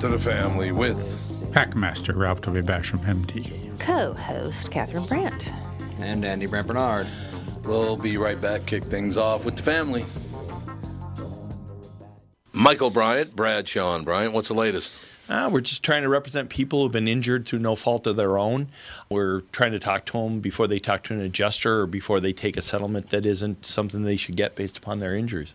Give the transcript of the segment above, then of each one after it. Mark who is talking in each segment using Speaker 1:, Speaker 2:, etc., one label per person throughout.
Speaker 1: to the family with
Speaker 2: Packmaster Ralph W. Basham, MD.
Speaker 3: Co host Catherine Brandt.
Speaker 4: And Andy Brant Bernard.
Speaker 1: We'll be right back, kick things off with the family. Michael Bryant, Brad Sean Bryant, what's the latest?
Speaker 5: Ah, we're just trying to represent people who've been injured through no fault of their own. We're trying to talk to them before they talk to an adjuster or before they take a settlement that isn't something they should get based upon their injuries.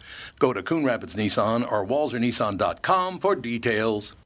Speaker 1: Go to Coon Rapids Nissan or WalzerNissan.com for details.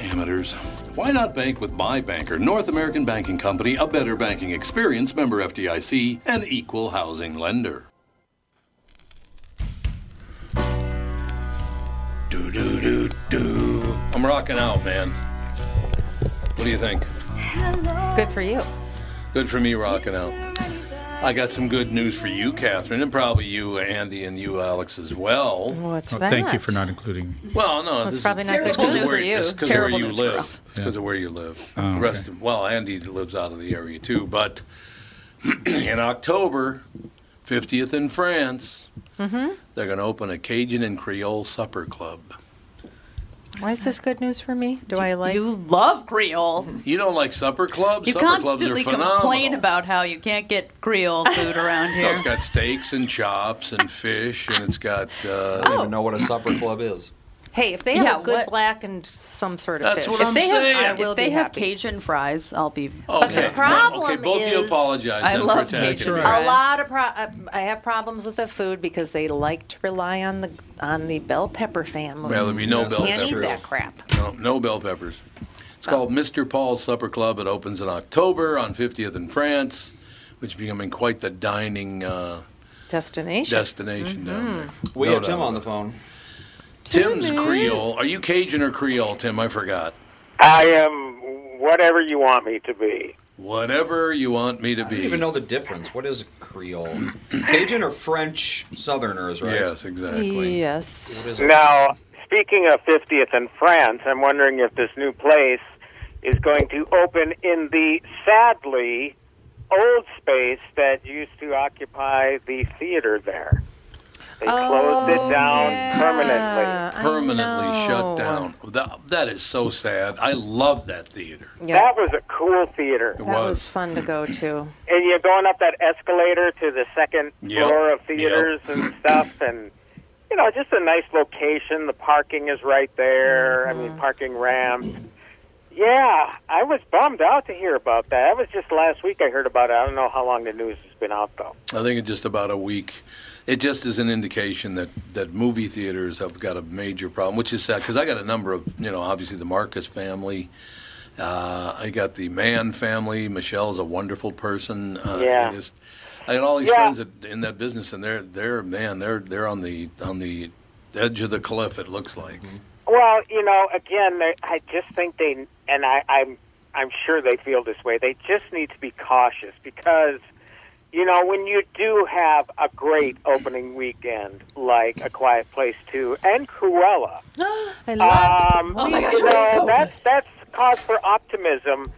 Speaker 1: Amateurs. Why not bank with my banker, North American Banking Company, a better banking experience, member FDIC, and equal housing lender. Do do do do. I'm rocking out, man. What do you think?
Speaker 3: Good for you.
Speaker 1: Good for me rocking out. I got some good news for you, Catherine, and probably you, Andy, and you, Alex, as well.
Speaker 3: What's
Speaker 2: Well,
Speaker 3: that?
Speaker 2: thank you for not including me.
Speaker 1: Well, no,
Speaker 3: That's
Speaker 1: this
Speaker 3: probably
Speaker 1: is
Speaker 3: not good
Speaker 1: it's 'cause
Speaker 3: news
Speaker 1: of where,
Speaker 3: for you.
Speaker 1: It's because of where
Speaker 3: Terrible
Speaker 1: you
Speaker 3: news for
Speaker 1: live.
Speaker 3: us.
Speaker 1: It's because of where you live.
Speaker 4: Oh,
Speaker 1: the rest,
Speaker 2: okay.
Speaker 1: of, well, Andy lives out of the area too. But in October, 50th in France,
Speaker 6: Mm-hmm.
Speaker 1: they're going to open a Cajun and Creole supper club.
Speaker 3: Why is this good news for me? Do I like?
Speaker 6: You love Creole.
Speaker 1: You don't like supper clubs?
Speaker 6: You
Speaker 1: supper clubs are
Speaker 6: constantly
Speaker 1: phenomenal.
Speaker 6: complain about how you can't get Creole food around
Speaker 1: No,
Speaker 6: here.
Speaker 1: it's got steaks and chops and fish, and it's got.
Speaker 6: Oh.
Speaker 1: Uh,
Speaker 4: I don't even know what a supper club is.
Speaker 3: Hey, if they have
Speaker 6: Yeah,
Speaker 3: a good
Speaker 6: what-
Speaker 3: black and some sort of
Speaker 1: That's
Speaker 3: fish,
Speaker 1: what
Speaker 3: if
Speaker 1: I'm
Speaker 3: they have-
Speaker 1: saying.
Speaker 3: I will
Speaker 6: if they
Speaker 3: be
Speaker 6: have
Speaker 3: happy.
Speaker 6: Cajun fries, I'll be.
Speaker 1: okay.
Speaker 3: the
Speaker 1: well, okay,
Speaker 3: problem
Speaker 1: both of you
Speaker 3: is-
Speaker 1: apologize.
Speaker 6: I
Speaker 1: then
Speaker 6: love
Speaker 1: for attacking
Speaker 6: Cajun
Speaker 1: me.
Speaker 6: fries.
Speaker 3: A lot of pro- uh, I have problems with the food because they like to rely on the on the bell pepper family.
Speaker 1: Well, there'd be no
Speaker 4: Yes,
Speaker 1: bell
Speaker 3: Can't eat
Speaker 1: pepper.
Speaker 3: that crap.
Speaker 1: No, no bell peppers. It's called Mr. Paul's Supper Club. It opens in October on 50th in France, which is becoming quite the dining uh,
Speaker 3: Destination.
Speaker 1: destination down
Speaker 6: Mm-hmm.
Speaker 1: there.
Speaker 4: We
Speaker 1: No
Speaker 4: have Tim
Speaker 1: doubt
Speaker 4: on the
Speaker 1: about
Speaker 4: phone.
Speaker 1: it. Tim's Creole. Are you Cajun or Creole, Tim? I forgot.
Speaker 7: I am whatever you want me to be.
Speaker 1: Whatever you want me to
Speaker 4: I
Speaker 1: be.
Speaker 4: don't even know the difference. What is Creole? Cajun or French Southerners, right?
Speaker 1: Yes, exactly.
Speaker 3: yes.
Speaker 4: What is it?
Speaker 7: Now, speaking of 50th in France, I'm wondering if this new place is going to open in the sadly old space that used to occupy the theater there. They closed
Speaker 3: Oh,
Speaker 7: it down permanently.
Speaker 1: Permanently shut down. That, that is so sad. I love that theater.
Speaker 3: Yeah.
Speaker 7: That was a cool theater.
Speaker 3: That was.
Speaker 1: was.
Speaker 3: fun to go to.
Speaker 7: and you're going up that escalator to the second
Speaker 1: Yep,
Speaker 7: floor of
Speaker 1: yep.
Speaker 7: theaters and stuff and you know just a nice location the parking is right there i mean parking ramp yeah i was bummed out to hear about that that was just last week i heard about it i don't know how long the news has been out though
Speaker 1: I think in just about a week. It just is an indication that, that movie theaters have got a major problem, which is sad because I got a number of, you know, obviously the Marcus family. Uh, I got the Mann family. Michelle's a wonderful person. Uh,
Speaker 7: Yeah.
Speaker 1: I, just, I got all these
Speaker 7: Yeah.
Speaker 1: friends that, in that business, and they're they're man, they're they're on the on the edge of the cliff. It looks like.
Speaker 7: Well, you know, again, they- I just think they, and I, I'm, I'm sure they feel this way. They just need to be cautious because, you know, when you do have a great opening weekend like A Quiet Place Two and Cruella,
Speaker 3: I loved
Speaker 7: um,
Speaker 6: Oh my gosh,
Speaker 7: you
Speaker 6: it was
Speaker 7: know,
Speaker 6: so
Speaker 7: that's that's cause for optimism.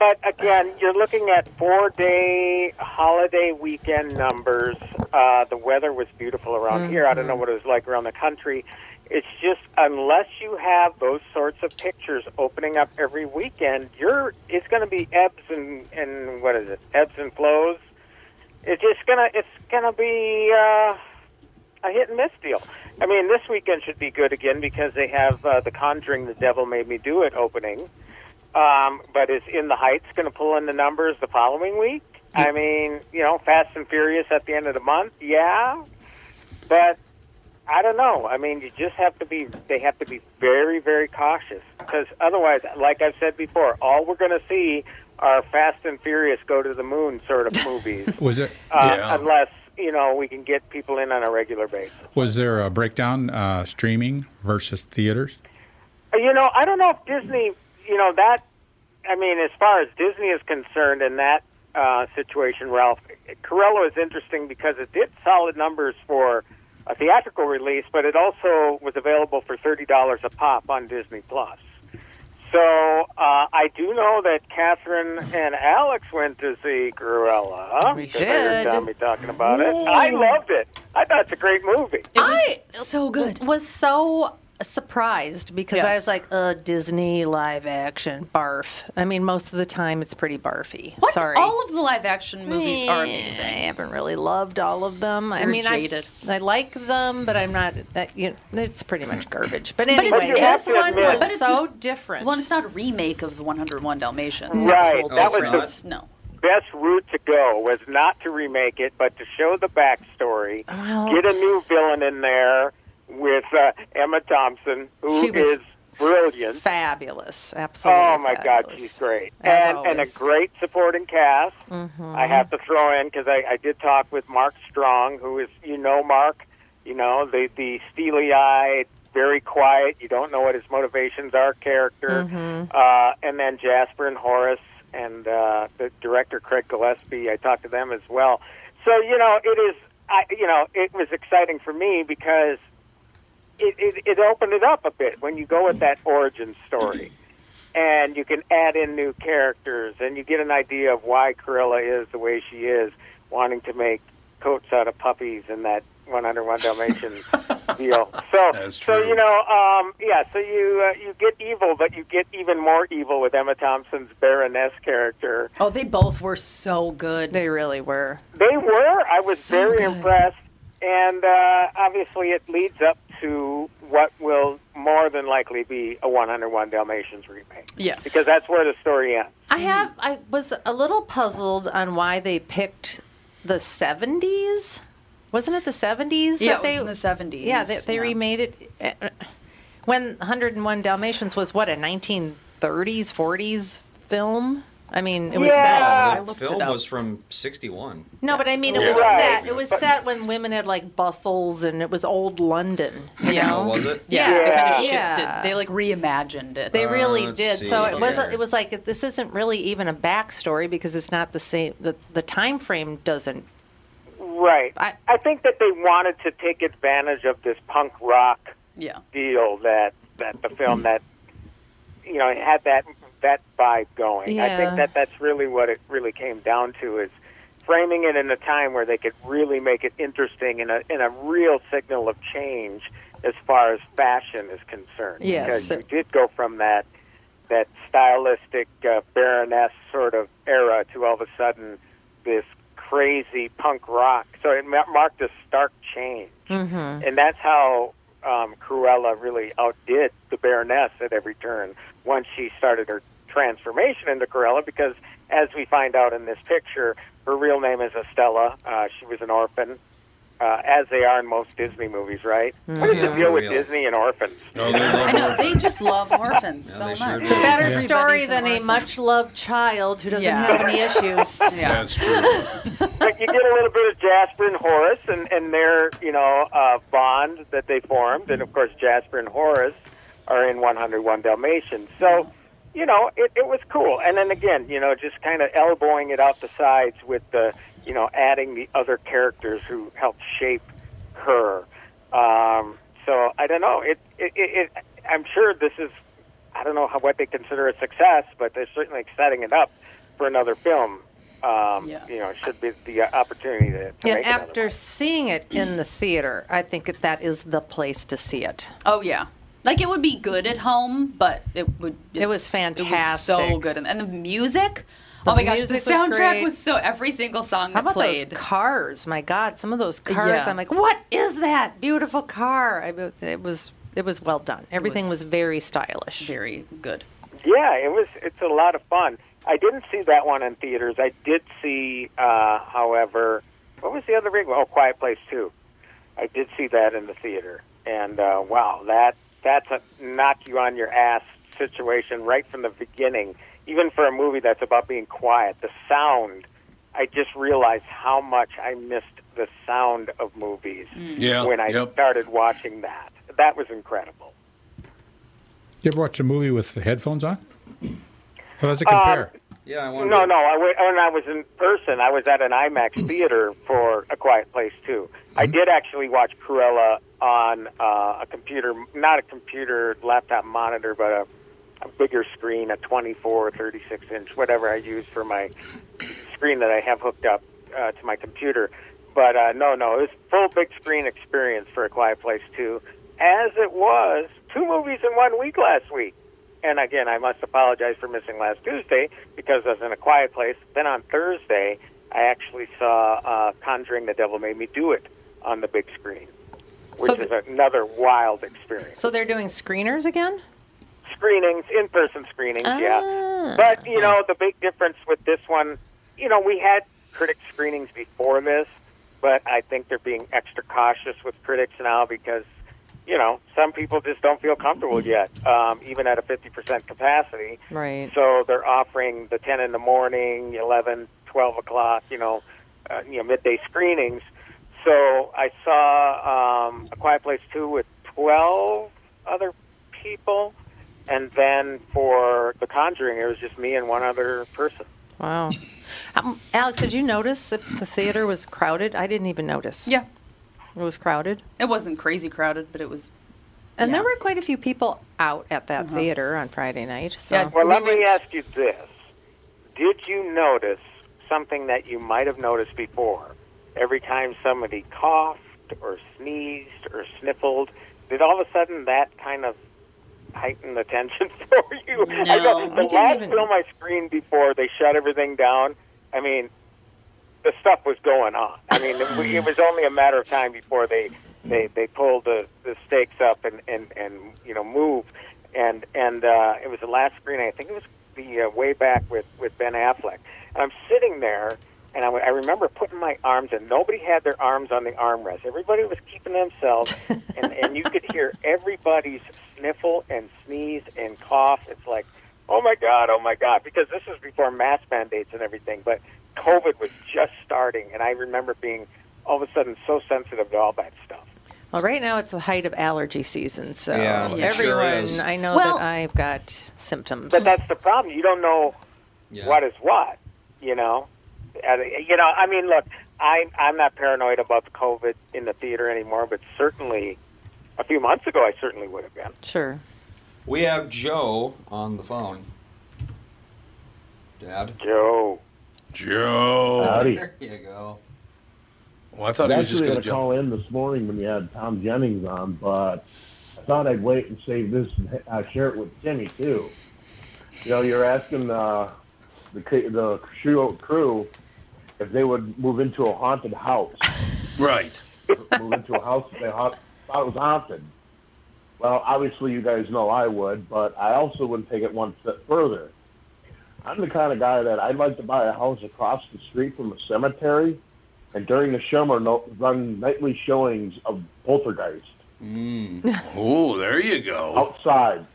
Speaker 7: But again, you're looking at four-day holiday weekend numbers. Uh, the weather was beautiful around here. I don't know what it was like around the country. It's just unless you have those sorts of pictures opening up every weekend, you're it's going to be ebbs and and what is it? Ebbs and flows. It's just gonna it's gonna be. Uh, a hit and miss deal. I mean, this weekend should be good again because they have uh, The Conjuring, The Devil Made Me Do It opening. Um, but is In the Heights going to pull in the numbers the following week? I mean, you know, Fast and Furious at the end of the month, yeah. But I don't know. I mean, you just have to be, they have to be very, very cautious because otherwise, like I've said before, all we're going to see are Fast and Furious go to the moon sort of movies.
Speaker 8: Was it?
Speaker 7: uh,
Speaker 1: Yeah.
Speaker 7: Unless, you know, we can get people in on a regular basis.
Speaker 8: Was there a breakdown uh, streaming versus theaters?
Speaker 7: You know, I don't know if Disney, you know, that, I mean, as far as Disney is concerned in that uh, situation, Ralph, Corello is interesting because it did solid numbers for a theatrical release, but it also was available for $30 a pop on Disney Plus. So uh, I do know that Catherine and Alex went to see Cruella.
Speaker 3: We
Speaker 7: 'cause I heard
Speaker 3: did.
Speaker 7: Tommy talking about it. I loved it. I thought it's a great movie.
Speaker 6: It was
Speaker 3: I-
Speaker 6: so good.
Speaker 3: was so surprised because I
Speaker 6: Yes.
Speaker 3: was like, uh, Disney live action, barf. I mean, most of the time it's pretty barfy.
Speaker 6: What?
Speaker 3: Sorry.
Speaker 6: All of the live action movies are
Speaker 3: Yeah, I
Speaker 6: amazing.
Speaker 3: haven't really loved all of them. I
Speaker 6: You're
Speaker 3: mean, I,
Speaker 6: jaded.
Speaker 3: I like them, but I'm not. That you know, it's pretty much garbage. But
Speaker 6: But
Speaker 3: anyway,
Speaker 6: it's- But you have
Speaker 3: this
Speaker 7: to
Speaker 3: one
Speaker 7: admit-
Speaker 3: was
Speaker 7: But
Speaker 6: it's-
Speaker 3: so different.
Speaker 6: Well, it's not a remake of the 101 Dalmatians. It's a
Speaker 7: Right.
Speaker 6: whole
Speaker 7: That was the-
Speaker 6: different- no.
Speaker 7: best route to go was not to remake it, but to show the backstory,
Speaker 3: Well-
Speaker 7: get a new villain in there with uh, Emma Thompson, who
Speaker 3: She was
Speaker 7: is brilliant.
Speaker 3: fabulous. Absolutely.
Speaker 7: Oh my God,
Speaker 3: fabulous.
Speaker 7: she's great,
Speaker 3: As
Speaker 7: and and a
Speaker 3: always.
Speaker 7: great supporting cast.
Speaker 3: Mm-hmm.
Speaker 7: I have to throw in because I, I did talk with Mark Strong, who is you know Mark, you know the the steely eyed, very quiet. You don't know what his motivations are, character,
Speaker 8: Mm-hmm.
Speaker 7: uh, and then Jasper and Horace and uh, the director Craig Gillespie. I talked to them as well. So you know it is. I, you know, it was exciting for me because it, it, it opened it up a bit when you go with that origin story. And you can add in new characters, and you get an idea of why Corilla is the way she is, wanting to make coats out of puppies and that 101 Dalmatian deal. So,
Speaker 1: That's
Speaker 7: so
Speaker 1: true.
Speaker 7: you know, um, yeah. So you uh, you get evil, but you get even more evil with Emma Thompson's Baroness character.
Speaker 6: Oh, they both were so good.
Speaker 3: They really were.
Speaker 7: They were. I was
Speaker 6: So
Speaker 7: very
Speaker 6: good.
Speaker 7: impressed. And uh, obviously, it leads up to what will more than likely be a 101 Dalmatians remake.
Speaker 6: Yeah.
Speaker 7: Because that's where the story ends.
Speaker 3: I have. I was a little puzzled on why they picked the '70s. Wasn't it the '70s?
Speaker 6: Yeah, it
Speaker 3: that
Speaker 6: was
Speaker 3: they,
Speaker 6: in the 70s,
Speaker 3: Yeah, they, they
Speaker 6: yeah.
Speaker 3: remade it uh, when 101 Dalmatians was what a 1930s, 40s film. I mean, it was set.
Speaker 6: I
Speaker 4: That
Speaker 6: looked
Speaker 4: film
Speaker 6: it up.
Speaker 4: was from '61.
Speaker 3: No, but I mean, it was
Speaker 7: Right.
Speaker 3: set. It was set when women had like bustles, and it was old London. You
Speaker 6: Yeah.
Speaker 3: know,
Speaker 4: Oh, was it?
Speaker 6: Yeah, they kind
Speaker 7: Yeah.
Speaker 6: of shifted.
Speaker 3: Yeah.
Speaker 6: They like reimagined it.
Speaker 3: They really
Speaker 4: let's
Speaker 3: did.
Speaker 4: see
Speaker 3: So it was
Speaker 4: here.
Speaker 3: it was like this isn't really even a backstory because it's not the same. The, the time frame doesn't.
Speaker 7: Right.
Speaker 3: I-
Speaker 7: I think that they wanted to take advantage of this punk rock
Speaker 6: yeah.
Speaker 9: Mm.
Speaker 7: deal that that the film that you know had that vet vibe going. I
Speaker 9: Yeah.
Speaker 7: think that that's really what it really came down to is framing it in a time where they could really make it interesting and a, and a real signal of change as far as fashion is concerned.
Speaker 9: Yes.
Speaker 7: Because you did go from that that stylistic uh, baroness sort of era to all of a sudden this crazy punk rock. So it ma- marked a stark change.
Speaker 9: Mm-hmm.
Speaker 7: And that's how um, Cruella really outdid the Baroness at every turn once she started her transformation into Cruella, because as we find out in this picture, her real name is Estella. Uh, she was an orphan, uh, as they are in most Disney movies, right? What is the
Speaker 6: Yeah.
Speaker 7: deal with
Speaker 6: Real.
Speaker 7: Disney and orphans?
Speaker 6: I know they just love orphans so much.
Speaker 7: sure
Speaker 3: It's a better story than a much loved child who doesn't
Speaker 6: Yeah.
Speaker 3: have any issues.
Speaker 7: That's true. but you get a little bit of Jasper and Horace and, and their, you know, uh, bond that they formed. And, of course, Jasper and Horace are in 101 Dalmatians. So, you know, it, it was cool. And then again, you know, just kind of elbowing it out the sides with the, you know, adding the other characters who helped shape her. Um, so I don't know. It, it, it, it I'm sure this is, I don't know how, what they consider a success, but they're certainly setting it up for another film. Um, You know, it should be the opportunity to, to
Speaker 3: And
Speaker 7: make another.
Speaker 3: after seeing it in the theater, I think that that is the place to see it.
Speaker 6: Oh yeah. Like it would be good at home, but it would.
Speaker 3: It was
Speaker 6: it's- It was so
Speaker 3: fantastic.
Speaker 6: good, and, and the music.
Speaker 3: The
Speaker 6: oh my gosh, the
Speaker 3: music was
Speaker 6: soundtrack
Speaker 3: great.
Speaker 6: was, so every single song that
Speaker 3: How about
Speaker 6: played.
Speaker 3: those cars? My God, some of those cars.
Speaker 6: Yeah.
Speaker 3: I'm like, what is that beautiful car? I, bu- it was it was well done. Everything
Speaker 6: was
Speaker 3: was, very stylish.
Speaker 6: Very good.
Speaker 7: Yeah, it was. It's a lot of fun. I didn't see that one in theaters. I did see, uh, however, what was the other big one? Oh, Quiet Place Two. I did see that in the theater, and uh, wow, that that's a knock you on your ass situation right from the beginning. Even for a movie that's about being quiet, the sound. I just realized how much I missed the sound of movies
Speaker 1: Yeah,
Speaker 7: when I
Speaker 1: yep.
Speaker 7: started watching that. That was incredible.
Speaker 8: You ever watch a movie with the headphones on? How does it compare?
Speaker 4: Yeah, I
Speaker 7: Um, No, no. I w- when I was in person, I was at an IMAX theater for A Quiet Place too. I
Speaker 4: Mm-hmm.
Speaker 7: did actually watch Cruella on uh, a computer, not a computer laptop monitor, but a, a bigger screen, a 24 or 36 inch, whatever I use for my screen that I have hooked up uh, to my computer. But uh, no, no, it was full big screen experience for A Quiet Place too, as it was two movies in one week last week. And again, I must apologize for missing last Tuesday because I was in a quiet place. Then on Thursday, I actually saw uh, Conjuring the Devil Made Me Do It on the big screen, which
Speaker 3: So
Speaker 7: is another wild experience.
Speaker 3: So they're doing screeners again.
Speaker 7: Screenings, in person screenings, yeah. But, you know, the big difference with this one, you know, we had critic screenings before this, but I think they're being extra cautious with critics now because you know, some people just don't feel comfortable yet, um, even at a 50% capacity.
Speaker 3: Right.
Speaker 7: So they're offering the 10 in the morning, 11, 12 o'clock, you know, uh, you know midday screenings. So I saw um, A Quiet Place 2 with 12 other people. And then for The Conjuring, it was just me and one other person.
Speaker 3: Wow. Um, Alex, did you notice that the theater was crowded? I didn't even notice.
Speaker 6: Yeah.
Speaker 3: It was crowded.
Speaker 6: It wasn't crazy crowded, but it was.
Speaker 3: And there were quite a few people out at that theater on Friday night. So.
Speaker 7: Well, let me ask you this. Did you notice something that you might have noticed before? Every time somebody coughed or sneezed or sniffled, did all of a sudden that kind of heighten the tension for you?
Speaker 9: No,
Speaker 7: I know,
Speaker 9: I
Speaker 7: the
Speaker 9: didn't
Speaker 7: last
Speaker 9: even-
Speaker 7: film I screened before they shut everything down, I mean, the stuff was going on. I mean, it, w- it was only a matter of time before they they they pulled the the stakes up and and and you know moved. And and uh, it was the last screen. I think it was the uh, way back with with Ben Affleck. And I'm sitting there, and I, w- I remember putting my arms, and nobody had their arms on the armrest. Everybody was keeping themselves, and and you could hear everybody's sniffle and sneeze and cough. It's like, oh my god, oh my god, because this was before mask mandates and everything. But COVID was just starting, and I remember being all of a sudden so sensitive to all that stuff.
Speaker 3: Well, right now it's the height of allergy season, so
Speaker 7: Yeah, it sure
Speaker 3: everyone,
Speaker 7: is.
Speaker 3: I know
Speaker 7: Well-
Speaker 3: that I've got symptoms.
Speaker 7: But that's the problem. You don't know what is what. You know, And, you know. I mean, look, I'm I'm not paranoid about the COVID in the theater anymore, but certainly a few months ago, I certainly would have been.
Speaker 3: Sure.
Speaker 4: We have Joe on the phone. Dad.
Speaker 7: Joe.
Speaker 1: Joe.
Speaker 9: Howdy.
Speaker 4: There you go.
Speaker 1: Well, I thought
Speaker 9: I
Speaker 1: he
Speaker 9: was
Speaker 1: was just going to
Speaker 9: actually
Speaker 1: jump.
Speaker 9: gonna call in this morning when you had Tom Jennings on, but I thought I'd wait and save this and uh, share it with Jimmy too. You know, you're asking uh, the c- the crew crew if they would move into a haunted house.
Speaker 1: Right.
Speaker 9: move into a house if they haunt, thought it was haunted. Well, obviously, you guys know I would, but I also would take it one step further. I'm the kind of guy that I'd like to buy a house across the street from a cemetery, and during the summer, no, run nightly showings of poltergeist
Speaker 1: Oh, there you go.
Speaker 9: outside.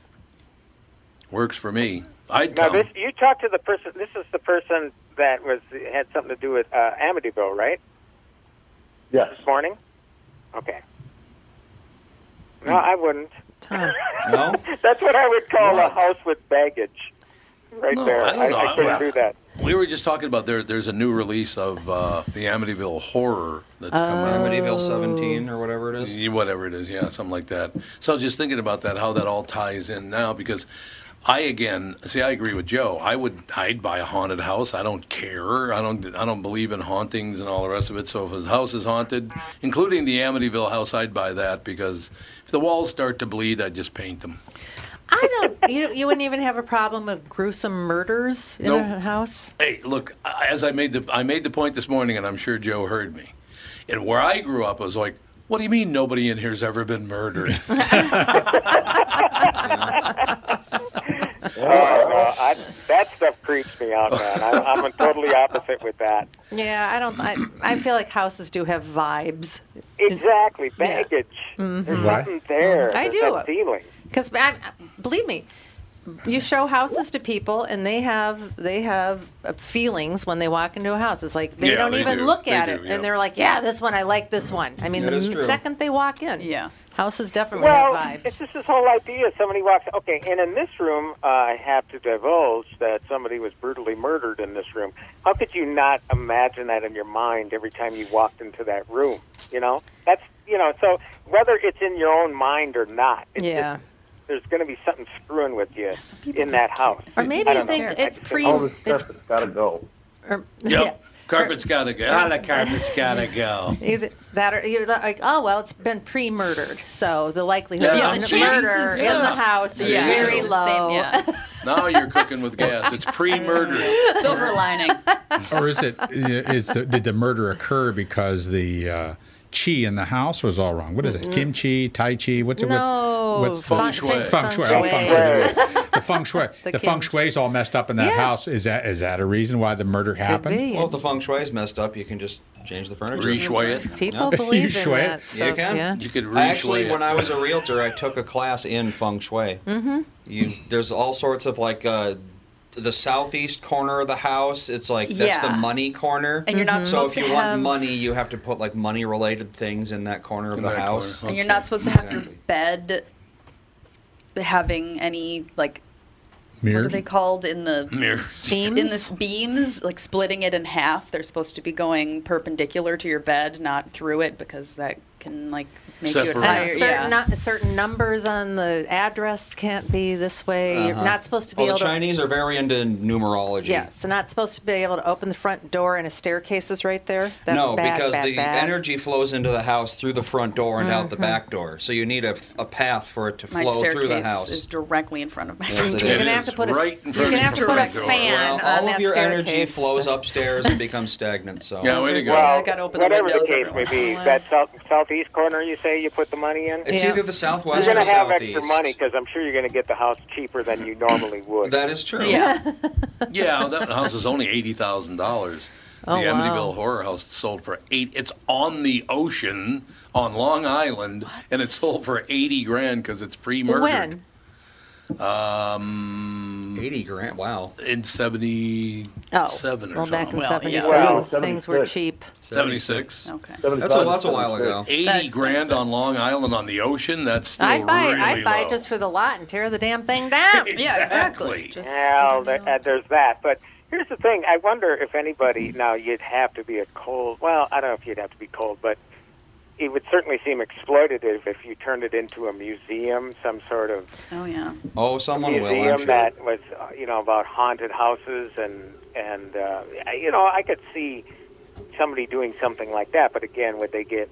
Speaker 1: Works for me. I'd
Speaker 7: Now,
Speaker 1: come.
Speaker 7: this you talked to the person. This is the person that was had something to do with uh, Amityville, right?
Speaker 9: Yes.
Speaker 7: This morning. Okay.
Speaker 1: Hmm.
Speaker 7: No, I wouldn't.
Speaker 4: No?
Speaker 7: That's what I would call a house with baggage. Right
Speaker 1: No,
Speaker 7: there.
Speaker 1: I don't know.
Speaker 7: I, couldn't
Speaker 1: I-
Speaker 7: do that.
Speaker 1: We were just talking about there. There's a new release of uh, the Amityville Horror that's coming. out.
Speaker 4: Amityville 17 or whatever it is.
Speaker 1: Y- Whatever it is, yeah, something like that. So I was just thinking about that, how that all ties in now, because I again, see, I agree with Joe. I would, I'd buy a haunted house. I don't care. I don't, I don't believe in hauntings and all the rest of it. So if a house is haunted, including the Amityville house, I'd buy that because if the walls start to bleed, I'd just paint them.
Speaker 3: I don't. You, you wouldn't even have a problem of gruesome murders in a
Speaker 1: Nope.
Speaker 3: house.
Speaker 1: Hey, look, as I made the I made the point this morning, and I'm sure Joe heard me. And where I grew up, I was like, "What do you mean nobody in here's ever been murdered?"
Speaker 7: Oh, no, I, that stuff creeps me out, man. I'm, I'm totally opposite with that.
Speaker 3: Yeah, I don't. I, I feel like houses do have vibes.
Speaker 7: Exactly, baggage. There's
Speaker 3: Right.
Speaker 7: something there.
Speaker 3: I
Speaker 7: There's
Speaker 3: do.
Speaker 7: That feeling.
Speaker 3: Because believe me, you show houses to people, and they have they have uh, feelings when they walk into a house. It's like they
Speaker 6: Yeah,
Speaker 3: don't
Speaker 6: they
Speaker 3: even
Speaker 6: do.
Speaker 3: look
Speaker 6: They
Speaker 3: at
Speaker 6: do,
Speaker 3: it,
Speaker 6: yeah.
Speaker 3: and they're like, "Yeah, this one I like this one." I mean,
Speaker 6: That
Speaker 3: the
Speaker 6: is
Speaker 3: m-
Speaker 6: true.
Speaker 3: second they walk in, yeah, houses definitely
Speaker 7: Well,
Speaker 3: have vibes.
Speaker 7: it's just this whole idea. Somebody walks. Okay, and in this room, uh, I have to divulge that somebody was brutally murdered in this room. How could you not imagine that in your mind every time you walked into that room? You know, that's you know. So whether it's in your own mind or not, it's
Speaker 3: Yeah.
Speaker 7: just- there's going to be something screwing with you in that house.
Speaker 3: Or maybe
Speaker 7: I
Speaker 3: you
Speaker 7: don't know.
Speaker 3: think it's pre.
Speaker 9: All this
Speaker 3: It's,
Speaker 9: stuff has got to go.
Speaker 3: or, Er, yeah.
Speaker 1: Yep, carpet's gotta go. All the carpet's gotta go.
Speaker 3: Either that or you're like, oh well, it's been pre-murdered, so the likelihood
Speaker 1: Yeah,
Speaker 3: of
Speaker 1: the
Speaker 3: a murder
Speaker 1: chances
Speaker 3: in the
Speaker 1: of-
Speaker 3: house is
Speaker 1: Yeah.
Speaker 3: very
Speaker 1: Same,
Speaker 3: low.
Speaker 6: yeah.
Speaker 1: Now you're cooking with gas. It's pre-murder.
Speaker 6: Silver lining.
Speaker 8: or is it? Is the, did the murder occur because the uh, chi in the house was all wrong? What is it?
Speaker 3: Mm.
Speaker 8: Kimchi, tai chi. What's it?
Speaker 3: No,
Speaker 8: what's, what's
Speaker 3: feng Feng shui. shui.
Speaker 8: Feng shui. oh, feng
Speaker 3: Feng
Speaker 8: shui. The feng shui.
Speaker 3: The
Speaker 8: the, feng
Speaker 3: kim-
Speaker 8: shui's all messed up in that
Speaker 3: Yeah.
Speaker 8: house. Is that is that a reason why the murder happened?
Speaker 3: be.
Speaker 4: Well, if the feng shui is messed up, you can just change the furniture.
Speaker 1: Reshui it.
Speaker 3: People believe in
Speaker 8: shui
Speaker 3: that
Speaker 8: it?
Speaker 4: you
Speaker 3: stuff,
Speaker 4: can.
Speaker 3: yeah.
Speaker 1: You could
Speaker 4: I Actually,
Speaker 1: reshui it.
Speaker 4: when I was a realtor, I took a class in feng shui.
Speaker 3: Mm-hmm.
Speaker 4: You, there's all sorts of like uh, the southeast corner of the house. It's like that's
Speaker 6: Yeah.
Speaker 4: the money corner.
Speaker 6: And you're not
Speaker 4: so
Speaker 6: supposed
Speaker 4: if you
Speaker 6: to have-
Speaker 4: want money, you have to put like money related things in that corner of the
Speaker 1: that
Speaker 4: house.
Speaker 6: And you're not supposed to have your bed having any like what are
Speaker 8: Mirrors.
Speaker 6: they called in the
Speaker 1: Mirror.
Speaker 6: In this beams, like splitting it in half. They're supposed to be going perpendicular to your bed, not through it, because that can like make you
Speaker 1: Separate.
Speaker 6: a higher.
Speaker 1: And
Speaker 6: Yeah.
Speaker 3: Certain, nu- certain numbers on the address can't be this way. You're
Speaker 4: Uh-huh.
Speaker 3: not supposed to be
Speaker 4: Well,
Speaker 3: able
Speaker 4: the Chinese are very into numerology.
Speaker 3: to. Yeah, so not supposed to be able to open the front door and a staircase is right there. That's
Speaker 4: no,
Speaker 3: bad,
Speaker 4: because
Speaker 3: bad,
Speaker 4: the
Speaker 3: bad.
Speaker 4: energy flows into the house through the front door and out the
Speaker 6: Mhm.
Speaker 4: back door. So you need a, a path for it to
Speaker 6: my
Speaker 4: flow
Speaker 6: staircase
Speaker 4: through the house.
Speaker 6: is directly in front of my
Speaker 4: Yes,
Speaker 6: front
Speaker 4: it is.
Speaker 6: door.
Speaker 4: You're gonna have
Speaker 3: to put a s- Right in you're front gonna of have to your put a front door. fan
Speaker 4: Well,
Speaker 3: on
Speaker 4: all
Speaker 3: that
Speaker 4: of your energy
Speaker 3: staircase.
Speaker 4: flows upstairs and becomes stagnant. So
Speaker 7: Well,
Speaker 6: gotta open the
Speaker 7: whatever the,
Speaker 6: windows
Speaker 7: case
Speaker 6: every
Speaker 7: may
Speaker 6: once in
Speaker 7: be,
Speaker 6: a while.
Speaker 7: that south, southeast corner you say you put the money in.
Speaker 4: It's either the southwest or
Speaker 7: You're going to have extra
Speaker 4: southeast.
Speaker 7: money because I'm sure you're going to get the house cheaper than you normally would.
Speaker 4: That is true.
Speaker 6: Yeah.
Speaker 1: yeah, that house is only eighty thousand dollars. The
Speaker 3: Oh, wow.
Speaker 1: Amityville Horror House sold for eight. It's on the ocean on Long Island, and it sold for eighty grand because it's pre-murdered.
Speaker 3: When?
Speaker 1: Um,
Speaker 4: eighty grand. Wow.
Speaker 1: In
Speaker 3: Oh,
Speaker 1: seventy-seven or
Speaker 3: well, back
Speaker 1: something.
Speaker 3: in 76, things were cheap.
Speaker 1: Seventy-six.
Speaker 6: Okay.
Speaker 4: That's a, that's a while ago.
Speaker 1: Eighty grand on Long Island on the ocean. That's still
Speaker 3: I'd buy,
Speaker 1: really
Speaker 3: I'd buy
Speaker 1: low.
Speaker 3: just for the lot and tear the damn thing down.
Speaker 6: yeah, exactly.
Speaker 7: Well, there, uh, there's that. But here's the thing: I wonder if anybody now you'd have to be a cold. Well, I don't know if you'd have to be cold, but it would certainly seem exploitative if you turned it into a museum, some sort of
Speaker 6: Oh yeah.
Speaker 4: Oh, someone will.
Speaker 7: museum
Speaker 4: I'm sure.
Speaker 7: that was uh, you know about haunted houses and and uh, I- you know I could see somebody doing something like that, but again, would they get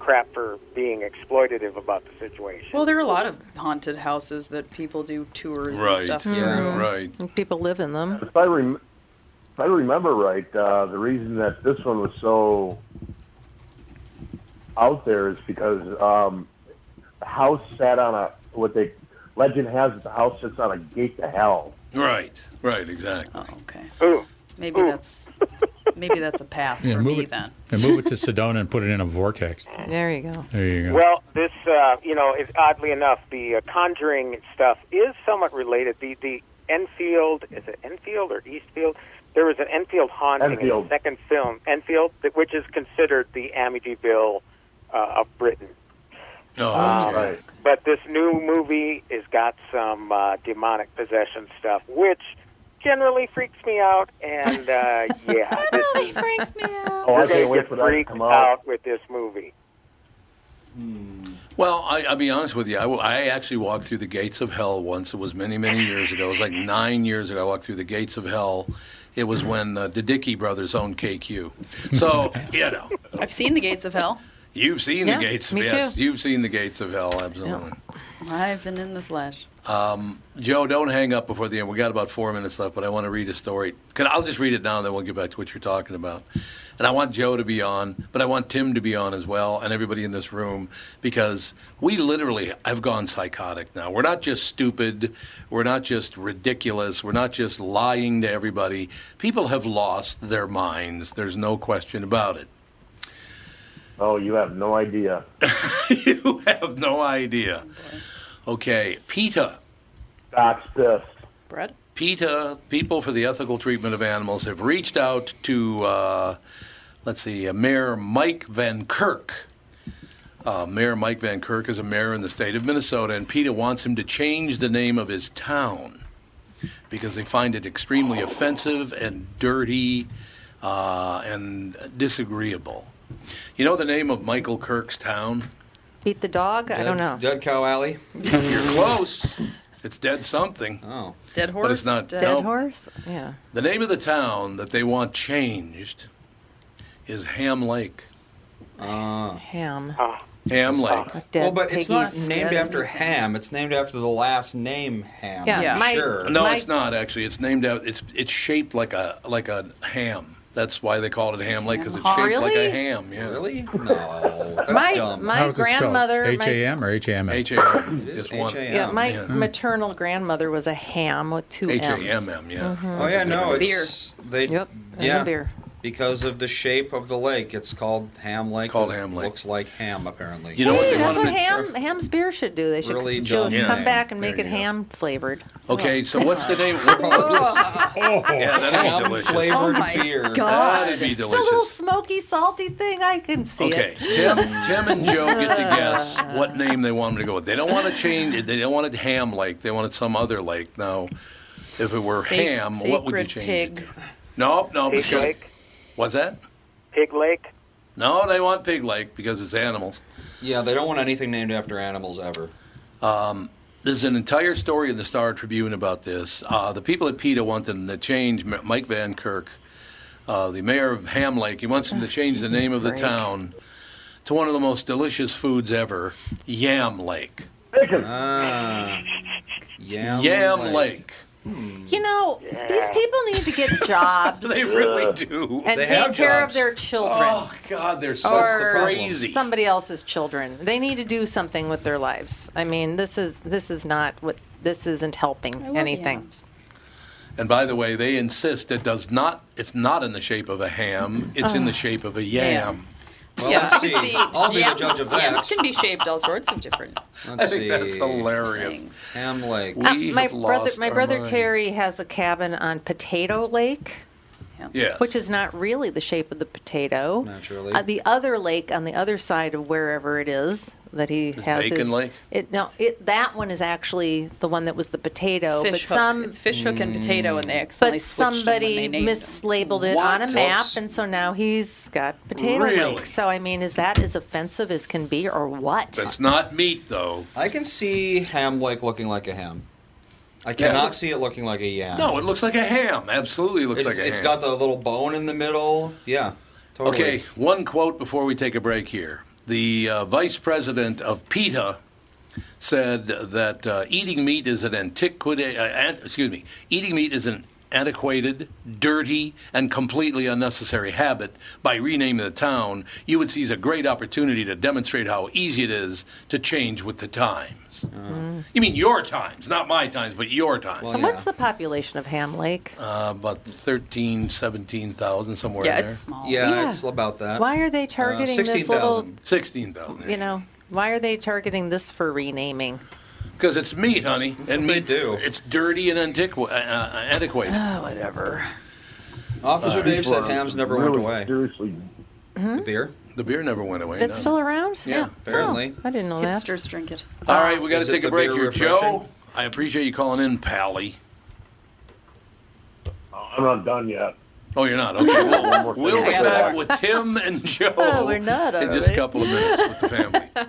Speaker 7: crap for being exploitative about the situation?
Speaker 6: Well, there are a lot of haunted houses that people do tours and stuff. through.
Speaker 1: right.
Speaker 3: People live in them.
Speaker 9: If I, rem- if I remember right, uh, the reason that this one was so out there is because um, the house sat on a what they legend has it the house sits on a gate to hell.
Speaker 1: Right. Right. Exactly.
Speaker 3: Oh.
Speaker 6: okay.
Speaker 7: Ooh.
Speaker 6: Maybe that's maybe that's a pass
Speaker 8: Yeah,
Speaker 6: for
Speaker 8: move
Speaker 6: me
Speaker 8: it.
Speaker 6: then.
Speaker 8: And move it to Sedona and put it in a vortex.
Speaker 3: There you go.
Speaker 8: There you go.
Speaker 7: Well, this, uh, you know, is oddly enough, the uh, Conjuring stuff is somewhat related. The the Enfield is it Enfield or Eastfield? There was an Enfield haunting in
Speaker 9: Enfield.
Speaker 7: the second film, Enfield, that- which is considered the Amityville uh, of Britain. Uh-huh.
Speaker 1: Oh,
Speaker 9: Right.
Speaker 7: Um, But this new movie has got some uh, demonic possession stuff, which generally freaks me out. And uh, yeah, this is,
Speaker 6: Franks me out.
Speaker 9: Oh, I
Speaker 7: you're
Speaker 9: can't
Speaker 7: gonna
Speaker 9: wait
Speaker 7: get
Speaker 9: for that to
Speaker 7: freaked
Speaker 9: come out.
Speaker 7: out with this movie.
Speaker 1: Well, I, I'll be honest with you. I, wa- I actually walked through the gates of hell once. It was many, many years ago. It was like nine years ago. I walked through the gates of hell. It was when uh, the Dickey brothers owned KQ. So, you know,
Speaker 6: I've seen the Gates of Hell.
Speaker 1: you've seen
Speaker 6: Yeah,
Speaker 1: the gates.
Speaker 6: me
Speaker 1: yes,
Speaker 6: too.
Speaker 1: you've seen the gates of hell. Absolutely.
Speaker 6: I've been in the flesh.
Speaker 1: Um, Joe, don't hang up before the end. We got about four minutes left, but I want to read a story. Can, I'll just read it now, and then we'll get back to what you're talking about. And I want Joe to be on, but I want Tim to be on as well, and everybody in this room, because we literally have gone psychotic now. We're not just stupid. We're not just ridiculous. We're not just lying to everybody. People have lost their minds. There's no question about it.
Speaker 9: Oh, you have no idea.
Speaker 1: you have no idea. Okay, PETA.
Speaker 9: Doc's pissed.
Speaker 6: Bread?
Speaker 1: PETA, People for the Ethical Treatment of Animals, have reached out to, uh, let's see, uh, Mayor Mike Van Kirk. Uh, mayor Mike Van Kirk is a mayor in the state of Minnesota, and PETA wants him to change the name of his town because they find it extremely offensive and dirty uh, and disagreeable. You know the name of Michael Kirk's town?
Speaker 3: Beat the dog? I don't know.
Speaker 4: Dead Cow Alley.
Speaker 1: You're close. It's dead something.
Speaker 4: Oh.
Speaker 6: Dead horse.
Speaker 1: But it's not.
Speaker 6: Dead,
Speaker 1: no.
Speaker 3: horse? Yeah.
Speaker 1: The name of the town that they want changed is Ham Lake.
Speaker 3: Ham.
Speaker 1: Oh. Ham Lake.
Speaker 3: Dead
Speaker 4: well, but it's not
Speaker 3: piggies,
Speaker 4: named
Speaker 3: dead-
Speaker 4: after Ham. It's named after the last name Ham.
Speaker 3: Yeah, Yeah. my-
Speaker 4: sure.
Speaker 1: No, it's not actually. It's named out. It's it's shaped like a like a ham. That's why they called it Ham Lake because it's
Speaker 3: Oh,
Speaker 1: shaped like
Speaker 3: really?
Speaker 1: a ham. Yeah.
Speaker 4: Really? No. That's
Speaker 3: My-
Speaker 4: dumb.
Speaker 3: my-
Speaker 8: How's it spelled?
Speaker 3: grandmother, my-
Speaker 8: H-A-M or H-A-M?
Speaker 1: H-A-M. Just one.
Speaker 4: H-A-M.
Speaker 3: Yeah, my
Speaker 1: Yeah.
Speaker 3: maternal grandmother was a ham with two M's.
Speaker 1: H-A-M-M, yeah.
Speaker 4: Oh yeah, no,
Speaker 6: different-
Speaker 4: it's they.
Speaker 3: Mm-hmm. Yep, and the
Speaker 4: Yeah.
Speaker 3: beer.
Speaker 4: Because of the shape of the lake, it's called Ham Lake.
Speaker 1: Called
Speaker 4: 'cause it
Speaker 1: Ham Lake.
Speaker 4: Looks like ham, apparently.
Speaker 1: You know what
Speaker 3: Hey,
Speaker 1: they
Speaker 3: that's
Speaker 1: wanted
Speaker 3: what
Speaker 1: to-
Speaker 3: ham ham's beer should do. They should
Speaker 4: Really
Speaker 3: do-
Speaker 4: dumb
Speaker 1: Yeah.
Speaker 3: come back and
Speaker 4: name.
Speaker 3: make
Speaker 4: There
Speaker 3: it
Speaker 4: you go.
Speaker 3: ham flavored.
Speaker 1: Okay,
Speaker 6: Oh.
Speaker 1: so what's the name? yeah, that'd be
Speaker 4: ham
Speaker 1: delicious.
Speaker 4: Oh. flavored
Speaker 6: Oh my
Speaker 4: beer.
Speaker 6: God.
Speaker 1: That'd be
Speaker 3: It's a little
Speaker 1: delicious.
Speaker 3: smoky, salty thing. I can see
Speaker 1: Okay,
Speaker 3: it. Um,
Speaker 1: Tim, Tim and Joe get to guess what name they want them to go with. They don't want to change it. They don't want it Ham Lake. They want it some other lake. Now, if it were
Speaker 6: Sa-
Speaker 1: Ham, what would you
Speaker 6: sacred
Speaker 1: change it
Speaker 6: pig.
Speaker 1: to? Oh, Nope, nope.
Speaker 7: Pig Lake,
Speaker 1: What's that?
Speaker 7: Pig Lake.
Speaker 1: No, they want Pig Lake because it's animals.
Speaker 4: Yeah, they don't want anything named after animals ever.
Speaker 1: Um, There's an entire story in the Star Tribune about this. Uh, the people at PETA want them to change M- Mike Van Kirk, uh, the mayor of Ham Lake. He wants them to change the name of the
Speaker 3: Break.
Speaker 1: town to one of the most delicious foods ever, Yam Lake.
Speaker 9: Chicken.
Speaker 1: Uh,
Speaker 4: Ah. Yam,
Speaker 1: Yam Lake.
Speaker 3: You know, these people need to get jobs
Speaker 1: They really do.
Speaker 3: and
Speaker 4: They
Speaker 3: take
Speaker 4: have
Speaker 3: care of
Speaker 4: jobs.
Speaker 3: their children.
Speaker 1: Oh God, they're so
Speaker 3: Or
Speaker 1: crazy.
Speaker 3: somebody else's children. They need to do something with their lives. I mean, this is this is not what this isn't helping
Speaker 6: love
Speaker 3: anything.
Speaker 6: yams.
Speaker 1: and by the way, they insist it does not. It's not in the shape of a ham. It's in the shape of a yam.
Speaker 4: Well,
Speaker 6: yeah,
Speaker 4: let's
Speaker 6: I
Speaker 4: see.
Speaker 6: can see.
Speaker 4: I'll be the
Speaker 6: yams,
Speaker 4: judge of that.
Speaker 6: Yams can be shaped all sorts of different
Speaker 4: Let's
Speaker 1: I think that's
Speaker 4: see.
Speaker 1: hilarious.
Speaker 6: things.
Speaker 4: Ham Lake.
Speaker 1: We
Speaker 3: Uh, my
Speaker 1: have
Speaker 3: brother,
Speaker 1: lost
Speaker 3: my
Speaker 1: our
Speaker 3: brother
Speaker 1: mind.
Speaker 3: Terry has a cabin on Potato Lake,
Speaker 1: Yes.
Speaker 3: Which is not really the shape of the potato.
Speaker 4: Naturally.
Speaker 3: Uh, the other lake on the other side of wherever it is that he has
Speaker 1: Bacon
Speaker 3: his,
Speaker 1: Lake?
Speaker 3: It, no, it, that one is actually the one that was the potato.
Speaker 6: Fish
Speaker 3: but
Speaker 6: hook.
Speaker 3: some
Speaker 6: It's fish hook and potato,
Speaker 1: Mm.
Speaker 6: and they accidentally
Speaker 3: But
Speaker 6: switched 'em when
Speaker 3: somebody
Speaker 6: they named 'em.
Speaker 3: mislabeled it
Speaker 6: What?
Speaker 3: on a map,
Speaker 6: Whoops.
Speaker 3: and so now he's got potato
Speaker 1: Really?
Speaker 3: lake. So I mean, is that as offensive as can be, or what?
Speaker 1: That's not meat, though.
Speaker 4: I can see ham like looking like a ham. I
Speaker 1: Yeah, it
Speaker 4: cannot
Speaker 1: looks-
Speaker 4: see it looking like a yam.
Speaker 1: No, it looks like a ham. Absolutely looks
Speaker 4: It's-
Speaker 1: like a
Speaker 4: It's
Speaker 1: ham.
Speaker 4: got the little bone in the middle. Yeah. Totally.
Speaker 1: Okay, one quote before we take a break here. The uh, vice president of PETA said that uh, eating meat is an antiquated, uh, an- excuse me, eating meat is an antiquated, dirty, and completely unnecessary habit. By renaming the town, you would seize a great opportunity to demonstrate how easy it is to change with the times.
Speaker 4: Uh-huh.
Speaker 1: You mean your times, not my times, but your times.
Speaker 3: And What's the population of Ham Lake?
Speaker 1: uh, about 13, 17,000, somewhere
Speaker 3: Yeah,
Speaker 1: in there.
Speaker 3: it's small. Yeah, Yeah. it's
Speaker 1: about that.
Speaker 3: Why are they
Speaker 4: Uh,
Speaker 3: targeting this 16,000. little-
Speaker 1: 16,000.
Speaker 3: You know, why are they targeting this for renaming?
Speaker 1: Because it's meat, honey. and meat, do. It's dirty and antiqu- uh, uh, antiquated.
Speaker 3: Ah, whatever.
Speaker 4: Officer
Speaker 1: Uh,
Speaker 4: Dave
Speaker 1: people
Speaker 4: said
Speaker 1: are
Speaker 4: hams never
Speaker 1: really Hmm?
Speaker 4: went away.
Speaker 9: Seriously.
Speaker 4: The beer?
Speaker 1: The beer never went away.
Speaker 3: It's still around?
Speaker 1: Yeah, apparently.
Speaker 3: Oh, I didn't know that.
Speaker 6: Hipsters drink it.
Speaker 1: All right, we got
Speaker 4: Is
Speaker 1: to
Speaker 4: it
Speaker 1: take a
Speaker 4: the
Speaker 1: break
Speaker 4: beer
Speaker 1: here.
Speaker 4: refreshing?
Speaker 1: Joe, I appreciate you calling in, Pally.
Speaker 9: I'm not done yet.
Speaker 1: Oh, you're not? Okay. We'll,
Speaker 9: more
Speaker 1: we'll be
Speaker 9: thing.
Speaker 1: back with Tim and Joe
Speaker 3: Oh, we're not,
Speaker 1: in
Speaker 3: are
Speaker 1: just a
Speaker 3: we?
Speaker 1: couple of minutes with the family.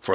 Speaker 1: For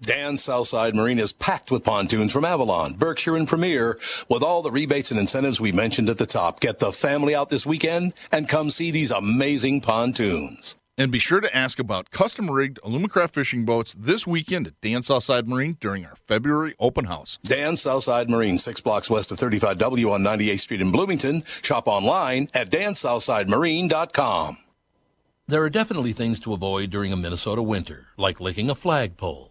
Speaker 1: Dan Southside Marine is packed with pontoons from Avalon, Berkshire, and Premier with all the rebates and incentives we mentioned at the top. Get the family out this weekend and come see these amazing pontoons.
Speaker 10: And be sure to ask about custom rigged Alumacraft fishing boats this weekend at Dan Southside Marine during our February open house.
Speaker 1: Dan Southside Marine, six blocks west of 35W on 98th Street in Bloomington. Shop online at dansouthsidemarine.com. There are definitely things to avoid during a Minnesota winter, like licking a flagpole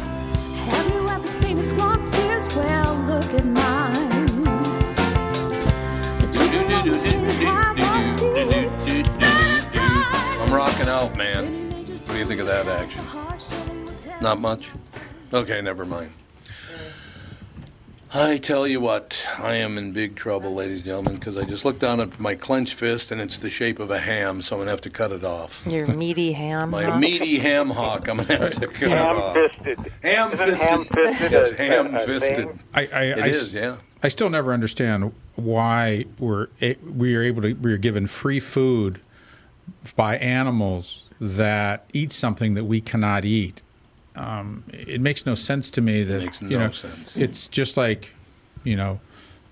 Speaker 11: Have you ever seen a squawk's tears? Well, look at mine.
Speaker 1: I'm rocking out, man. What do you think of that action? Not much? Okay, never mind. I tell you what, I am in big trouble, ladies and gentlemen, because I just looked down at my clenched fist and it's the shape of a ham, so I'm going to have to cut it off.
Speaker 3: Your meaty ham.
Speaker 1: My
Speaker 3: hocks.
Speaker 1: meaty ham hock, I'm going to have to cut it off.
Speaker 7: Ham-fisted.
Speaker 1: Ham
Speaker 7: Isn't ham-fisted
Speaker 1: Yes,
Speaker 7: a- a- a
Speaker 1: ham-fisted.
Speaker 7: thing?
Speaker 8: I, I,
Speaker 1: It
Speaker 8: I s-
Speaker 1: is, yeah.
Speaker 8: I still never understand why we're a- we are able to we are given free food by animals that eat something that we cannot eat. Um, it makes no sense to me that
Speaker 1: Makes
Speaker 8: you
Speaker 1: no
Speaker 8: know
Speaker 1: sense.
Speaker 8: it's just like you know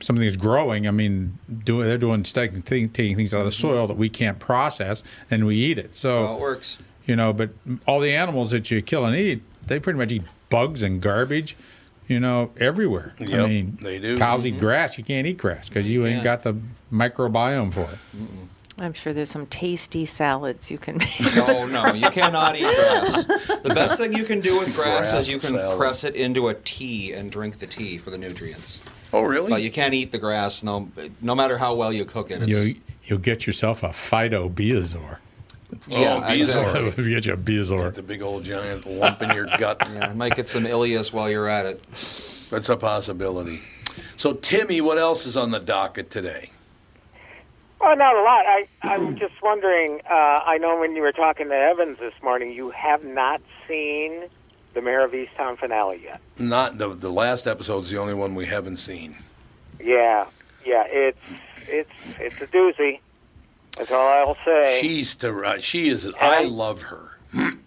Speaker 8: something is growing, I mean, doing they're doing taking thing- taking things out of the soil that we can't process, and we eat it. So
Speaker 4: how it works.
Speaker 8: You know, but all the animals that you kill and eat, they pretty much eat bugs and garbage. You know, everywhere. I
Speaker 1: Yep,
Speaker 8: mean,
Speaker 1: they do.
Speaker 8: Cows eat grass. You can't eat grass because you ain't got the microbiome for it.
Speaker 3: I'm sure there's some tasty salads you can make.
Speaker 4: No, no, you cannot eat grass. The best thing you can do with grass, is you can
Speaker 1: Grass salad.
Speaker 4: press it into a tea and drink the tea for the nutrients.
Speaker 1: Oh, really?
Speaker 4: But you can't eat the grass no, no matter how well you cook it. It's,
Speaker 8: You you'll get yourself a phytobiosaur.
Speaker 4: Yeah,
Speaker 1: Oh, exactly.
Speaker 8: You'll get you a biosaur.
Speaker 1: The big old giant lump in your gut.
Speaker 4: Yeah, might get some ileus while you're at it.
Speaker 1: That's a possibility. So, Timmy, what else is on the docket today?
Speaker 7: Well, Oh, not a lot. I, I'm just wondering. Uh, I know when you were talking to Evans this morning, you have not seen the Mayor of Easttown finale yet.
Speaker 1: Not the the last episode's the only one we haven't seen.
Speaker 7: Yeah, yeah. It's it's it's a doozy. That's all I'll say.
Speaker 1: She's to uh, she is. I love her.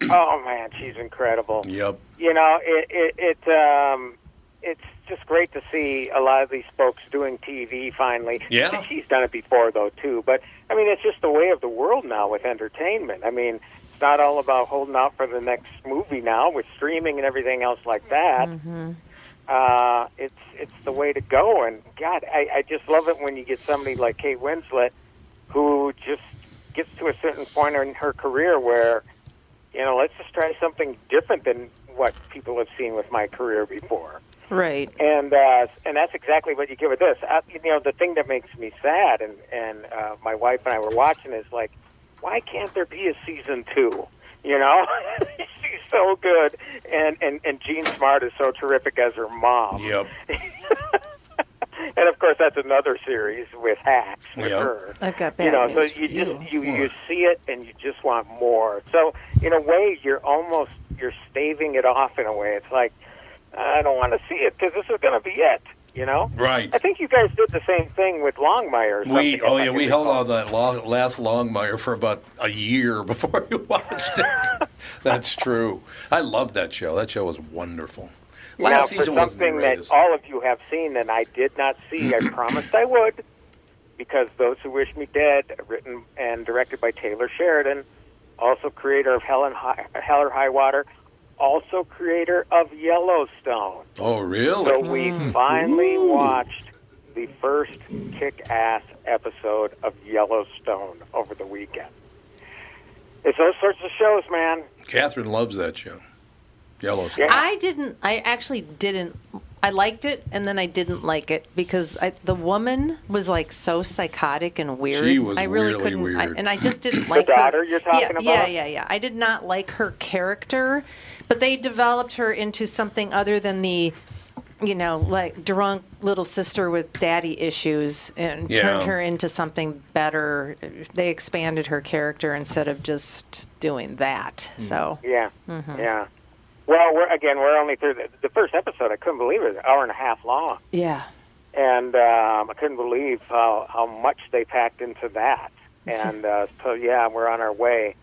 Speaker 7: oh man, she's incredible.
Speaker 1: Yep.
Speaker 7: You know, it it, it um, it's just great to see a lot of these folks doing TV finally.
Speaker 1: Yeah.
Speaker 7: And she's done it before though too. But I mean, it's just the way of the world now with entertainment. I mean, it's not all about holding out for the next movie now with streaming and everything else like that. Uh, it's it's the way to go. And God, I, I just love it when you get somebody like Kate Winslet who just gets to a certain point in her career where you know, let's just try something different than what people have seen with my career before.
Speaker 3: Right.
Speaker 7: And uh, and that's exactly what you get with this. I, you know, the thing that makes me sad, and and uh, my wife and I were watching, is like, why can't there be a season two? You know, she's so good, and and and Jean Smart is so terrific as her mom.
Speaker 1: Yep.
Speaker 7: and of course, that's another series with Hacks with
Speaker 1: Yep.
Speaker 7: her
Speaker 3: I've got bad
Speaker 7: you know, so
Speaker 3: news.
Speaker 7: you just you, you see it and you just want more. So in a way, you're almost you're staving it off. In a way, it's like I don't want to see it because this is going to be it. You know,
Speaker 1: Right.
Speaker 7: I think you guys did the same thing with Longmire. Or
Speaker 1: We
Speaker 7: something,
Speaker 1: oh
Speaker 7: if I
Speaker 1: yeah
Speaker 7: can
Speaker 1: we held
Speaker 7: recall.
Speaker 1: on that long, last Longmire for about a year before we watched it. That's true. I loved that show. That show was wonderful.
Speaker 7: Now,
Speaker 1: Last
Speaker 7: for
Speaker 1: season was the
Speaker 7: something that
Speaker 1: greatest.
Speaker 7: all of you have seen and I did not see, I promised I would, because Those Who Wish Me Dead, written and directed by Taylor Sheridan, also creator of Helen High, Hell or High Water, also creator of Yellowstone.
Speaker 1: Oh really? Hmm.
Speaker 7: So we finally watched the first kick-ass episode of Yellowstone over the weekend. It's those sorts of shows, man.
Speaker 1: Catherine loves that show. Yellowstone.
Speaker 3: I didn't. I actually didn't. I liked it, and then I didn't like it because I, the woman was like so psychotic and weird.
Speaker 1: She was
Speaker 3: I really,
Speaker 1: really
Speaker 3: couldn't, I,
Speaker 1: weird.
Speaker 3: and I just didn't like
Speaker 7: daughter
Speaker 3: her.
Speaker 7: you're talking
Speaker 3: yeah,
Speaker 7: about?
Speaker 3: Yeah, yeah, yeah. I did not like her character, but they developed her into something other than the, you know, like drunk little sister with daddy issues, and
Speaker 1: Yeah.
Speaker 3: turned her into something better. They expanded her character instead of just doing that. So
Speaker 7: Yeah,
Speaker 3: Mhm.
Speaker 7: yeah. Well, we're again, we're only through the, the first episode. I couldn't believe it, was an hour and a half long,
Speaker 3: yeah.
Speaker 7: and um, I couldn't believe how how much they packed into that. And uh, so, yeah, we're on our way.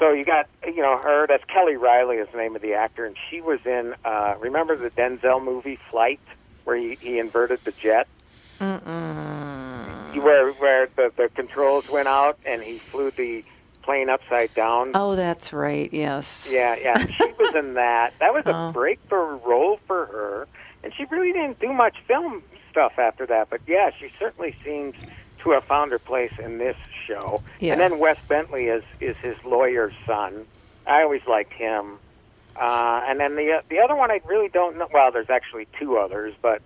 Speaker 7: So you got you know her. That's Kelly Riley is the name of the actor, and she was in. Uh, remember the Denzel movie Flight, where he, he inverted the jet.
Speaker 3: Mm-mm.
Speaker 7: where where the, the controls went out and he flew the plane upside down.
Speaker 3: Oh, that's right. Yes.
Speaker 7: Yeah, yeah, she was in that. That was a
Speaker 3: Oh.
Speaker 7: breakthrough role for her, and she really didn't do much film stuff after that. But yeah, she certainly seems to have found her place in this show.
Speaker 3: Yeah.
Speaker 7: And then Wes Bentley is is his lawyer's son. I always liked him. Uh, and then the the other one I really don't know. Well, there's actually two others, but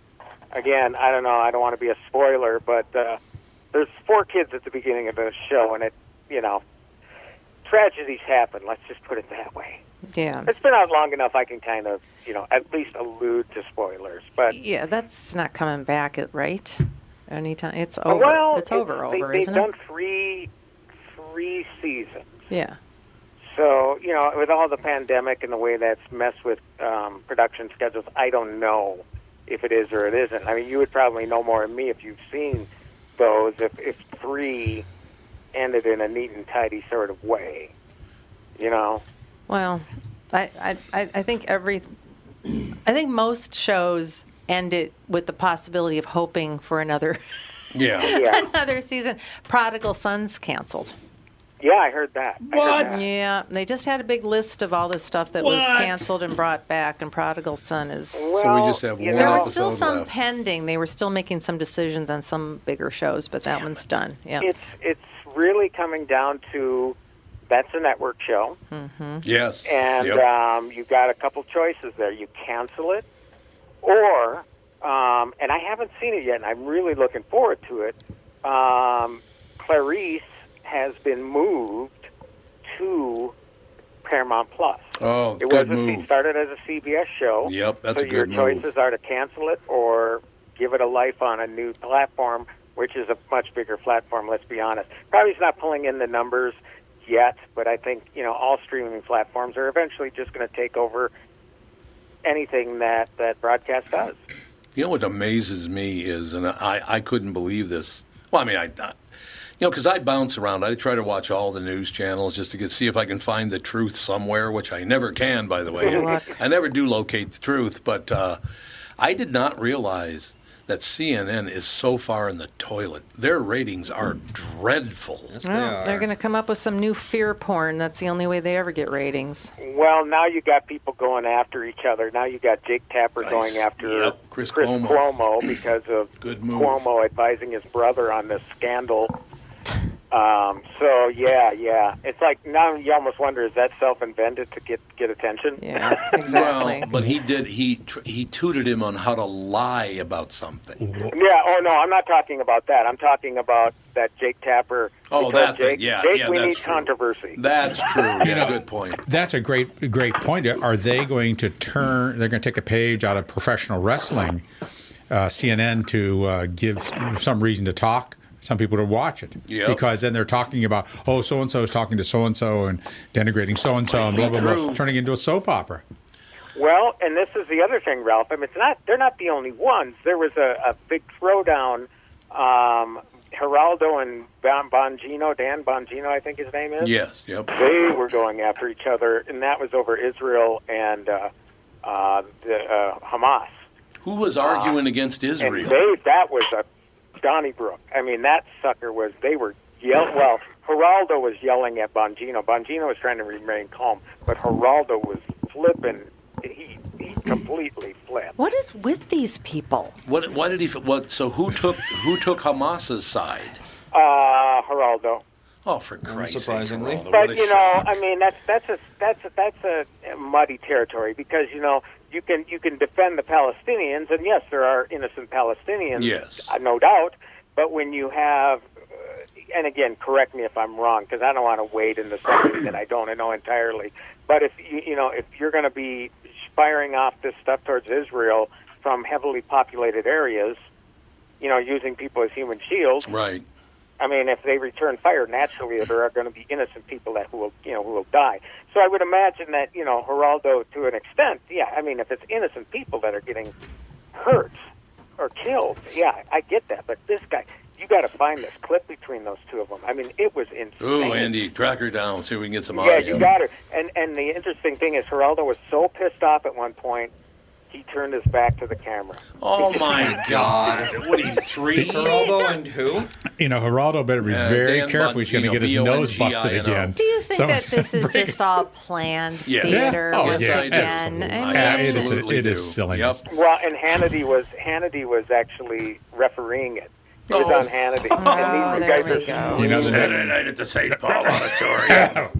Speaker 7: again, I don't know. I don't want to be a spoiler, but uh, there's four kids at the beginning of the show, and it you know tragedies happen. Let's just put it that way.
Speaker 3: Yeah.
Speaker 7: It's been out long enough. I can kind of, you know, at least allude to spoilers. But
Speaker 3: Yeah, that's not coming back, it- right? Anytime it's over.
Speaker 7: Oh, well,
Speaker 3: it's over,
Speaker 7: they,
Speaker 3: over,
Speaker 7: they've
Speaker 3: isn't
Speaker 7: done
Speaker 3: it?
Speaker 7: three, three seasons.
Speaker 3: Yeah.
Speaker 7: So you know, with all the pandemic and the way that's messed with um, production schedules, I don't know if it is or it isn't. I mean, you would probably know more than me if you've seen those. If if three ended in a neat and tidy sort of way, you know.
Speaker 3: Well, I, I, I I think every, I think most shows end it with the possibility of hoping for another
Speaker 1: Yeah.
Speaker 3: another season. Prodigal Sons canceled.
Speaker 7: Yeah, I heard that.
Speaker 3: What? Yeah, they just had a big list of all the stuff that was
Speaker 7: What?
Speaker 3: canceled and brought back, and Prodigal Son is.
Speaker 1: So we just have one
Speaker 3: there was
Speaker 1: episode
Speaker 3: still some
Speaker 1: left.
Speaker 3: pending. They were still making some decisions on some bigger shows, but that one's done. Yeah.
Speaker 7: It's it's really coming down to that's a network show,
Speaker 3: mm-hmm.
Speaker 1: Yes.
Speaker 7: and
Speaker 1: Yep.
Speaker 7: um, you've got a couple choices there. You cancel it, or um, and I haven't seen it yet, and I'm really looking forward to it. Um, Clarice has been moved to Paramount Plus.
Speaker 1: Oh,
Speaker 7: It
Speaker 1: good
Speaker 7: was a-
Speaker 1: move.
Speaker 7: started as a CBS show.
Speaker 1: Yep, that's
Speaker 7: so
Speaker 1: a good
Speaker 7: your
Speaker 1: move.
Speaker 7: choices are to cancel it or give it a life on a new platform, which is a much bigger platform. Let's be honest. Probably it's not pulling in the numbers yet, but I think you know all streaming platforms are eventually just going to take over anything that that broadcast does.
Speaker 1: You know what amazes me is, and I, I couldn't believe this. Well, I mean, I, I you know, because I bounce around. I try to watch all the news channels just to get, see if I can find the truth somewhere, which I never can, by the way.
Speaker 12: Good luck.
Speaker 1: I never do locate the truth, but uh, I did not realize that CNN is so far in the toilet. Their ratings are dreadful.
Speaker 3: Well, Oh, they're going to come up with some new fear porn. That's the only way they ever get ratings.
Speaker 7: Well, now you got people going after each other. Now you got Jake Tapper going after
Speaker 1: Chris
Speaker 7: Cuomo.
Speaker 1: Cuomo.
Speaker 7: because of
Speaker 1: Good move.
Speaker 7: Cuomo advising his brother on this scandal. Um, so yeah, yeah, it's like now you almost wonder is that self-invented to get get attention?
Speaker 3: Yeah,
Speaker 1: Well, but he did. He tr- he tutored him on how to lie about something.
Speaker 7: Yeah. Oh no, I'm not talking about that. I'm talking about that Jake Tapper.
Speaker 1: Oh,
Speaker 7: because
Speaker 1: that thing.
Speaker 7: Jake.
Speaker 1: Yeah,
Speaker 7: Jake,
Speaker 1: yeah,
Speaker 7: we
Speaker 1: that's
Speaker 7: need
Speaker 1: true.
Speaker 7: controversy.
Speaker 1: That's true. Yeah,
Speaker 8: know,
Speaker 1: good point.
Speaker 8: That's a great great point. Are they going to turn? They're going to take a page out of professional wrestling, uh, CNN, to uh, give some reason to talk. Some people to watch it
Speaker 1: Yep.
Speaker 8: because then they're talking about oh so and so is talking to so and so and denigrating so and so and blah
Speaker 1: be
Speaker 8: blah blah,
Speaker 1: true.
Speaker 8: turning into a soap opera.
Speaker 7: Well, and this is the other thing, Ralph. I mean, it's not they're not the only ones. There was a, a big throwdown. Um, Geraldo and Bon Bongino, Dan Bongino, I think his name is.
Speaker 1: Yes. Yep.
Speaker 7: They were going after each other, and that was over Israel and uh, uh, the, uh, Hamas.
Speaker 1: Who was arguing against
Speaker 7: Ah. And
Speaker 1: Israel?
Speaker 7: they, that was a Donnybrook. I mean, that sucker was, they were yell. Well, Geraldo was yelling at Bongino. Bongino was trying to remain calm, but Geraldo was flipping. He, he completely flipped.
Speaker 3: What is with these people?
Speaker 1: What? Why did he? f- What? So who took who took Hamas's side?
Speaker 7: Uh, Geraldo.
Speaker 1: Oh, for Christ's sake, Geraldo, what
Speaker 7: But
Speaker 1: a
Speaker 7: you know,
Speaker 1: shock.
Speaker 7: I mean, that's that's a that's a, that's a muddy territory because you know you can you can defend the Palestinians, and yes, there are innocent Palestinians,
Speaker 1: Yes.
Speaker 7: uh, no doubt. But when you have, uh, and again, correct me if I'm wrong because I don't want to wade into something that I don't know entirely. But if you you know if you're going to be firing off this stuff towards Israel from heavily populated areas, you know, using people as human shields,
Speaker 1: Right.
Speaker 7: I mean, if they return fire, naturally there are going to be innocent people that will, you know, who will die. So I would imagine that, you know, Geraldo, to an extent, yeah. I mean, if it's innocent people that are getting hurt or killed, yeah, I get that. But this guy, you got to find this clip between those two of them. I mean, it was insane.
Speaker 1: Ooh, Andy, track her down. See if we can get some
Speaker 7: yeah,
Speaker 1: audio.
Speaker 7: you got her. And and the interesting thing is, Geraldo was so pissed off at one point, he turned his back to the camera.
Speaker 1: Oh my God! What are you three?
Speaker 4: Geraldo and who?
Speaker 8: You know, Geraldo better be
Speaker 1: Yeah,
Speaker 8: very
Speaker 1: Dan
Speaker 8: careful. He's going to
Speaker 1: Bongino,
Speaker 8: get his nose
Speaker 1: B O N G I N O.
Speaker 8: busted again.
Speaker 3: Do you think
Speaker 8: Someone-
Speaker 3: that this is just all planned
Speaker 8: Yeah.
Speaker 3: theater
Speaker 8: Yeah. Oh,
Speaker 3: once
Speaker 8: yeah,
Speaker 3: again? I
Speaker 8: Yeah,
Speaker 3: mean,
Speaker 8: it is, it is silliness.
Speaker 7: Well, and Hannity was Hannity was actually refereeing it. He was
Speaker 1: Oh.
Speaker 7: on Hannity.
Speaker 1: Oh,
Speaker 7: and these
Speaker 1: there
Speaker 7: guys
Speaker 1: we
Speaker 7: are
Speaker 1: You know, Saturday night at the St. Paul Auditorium.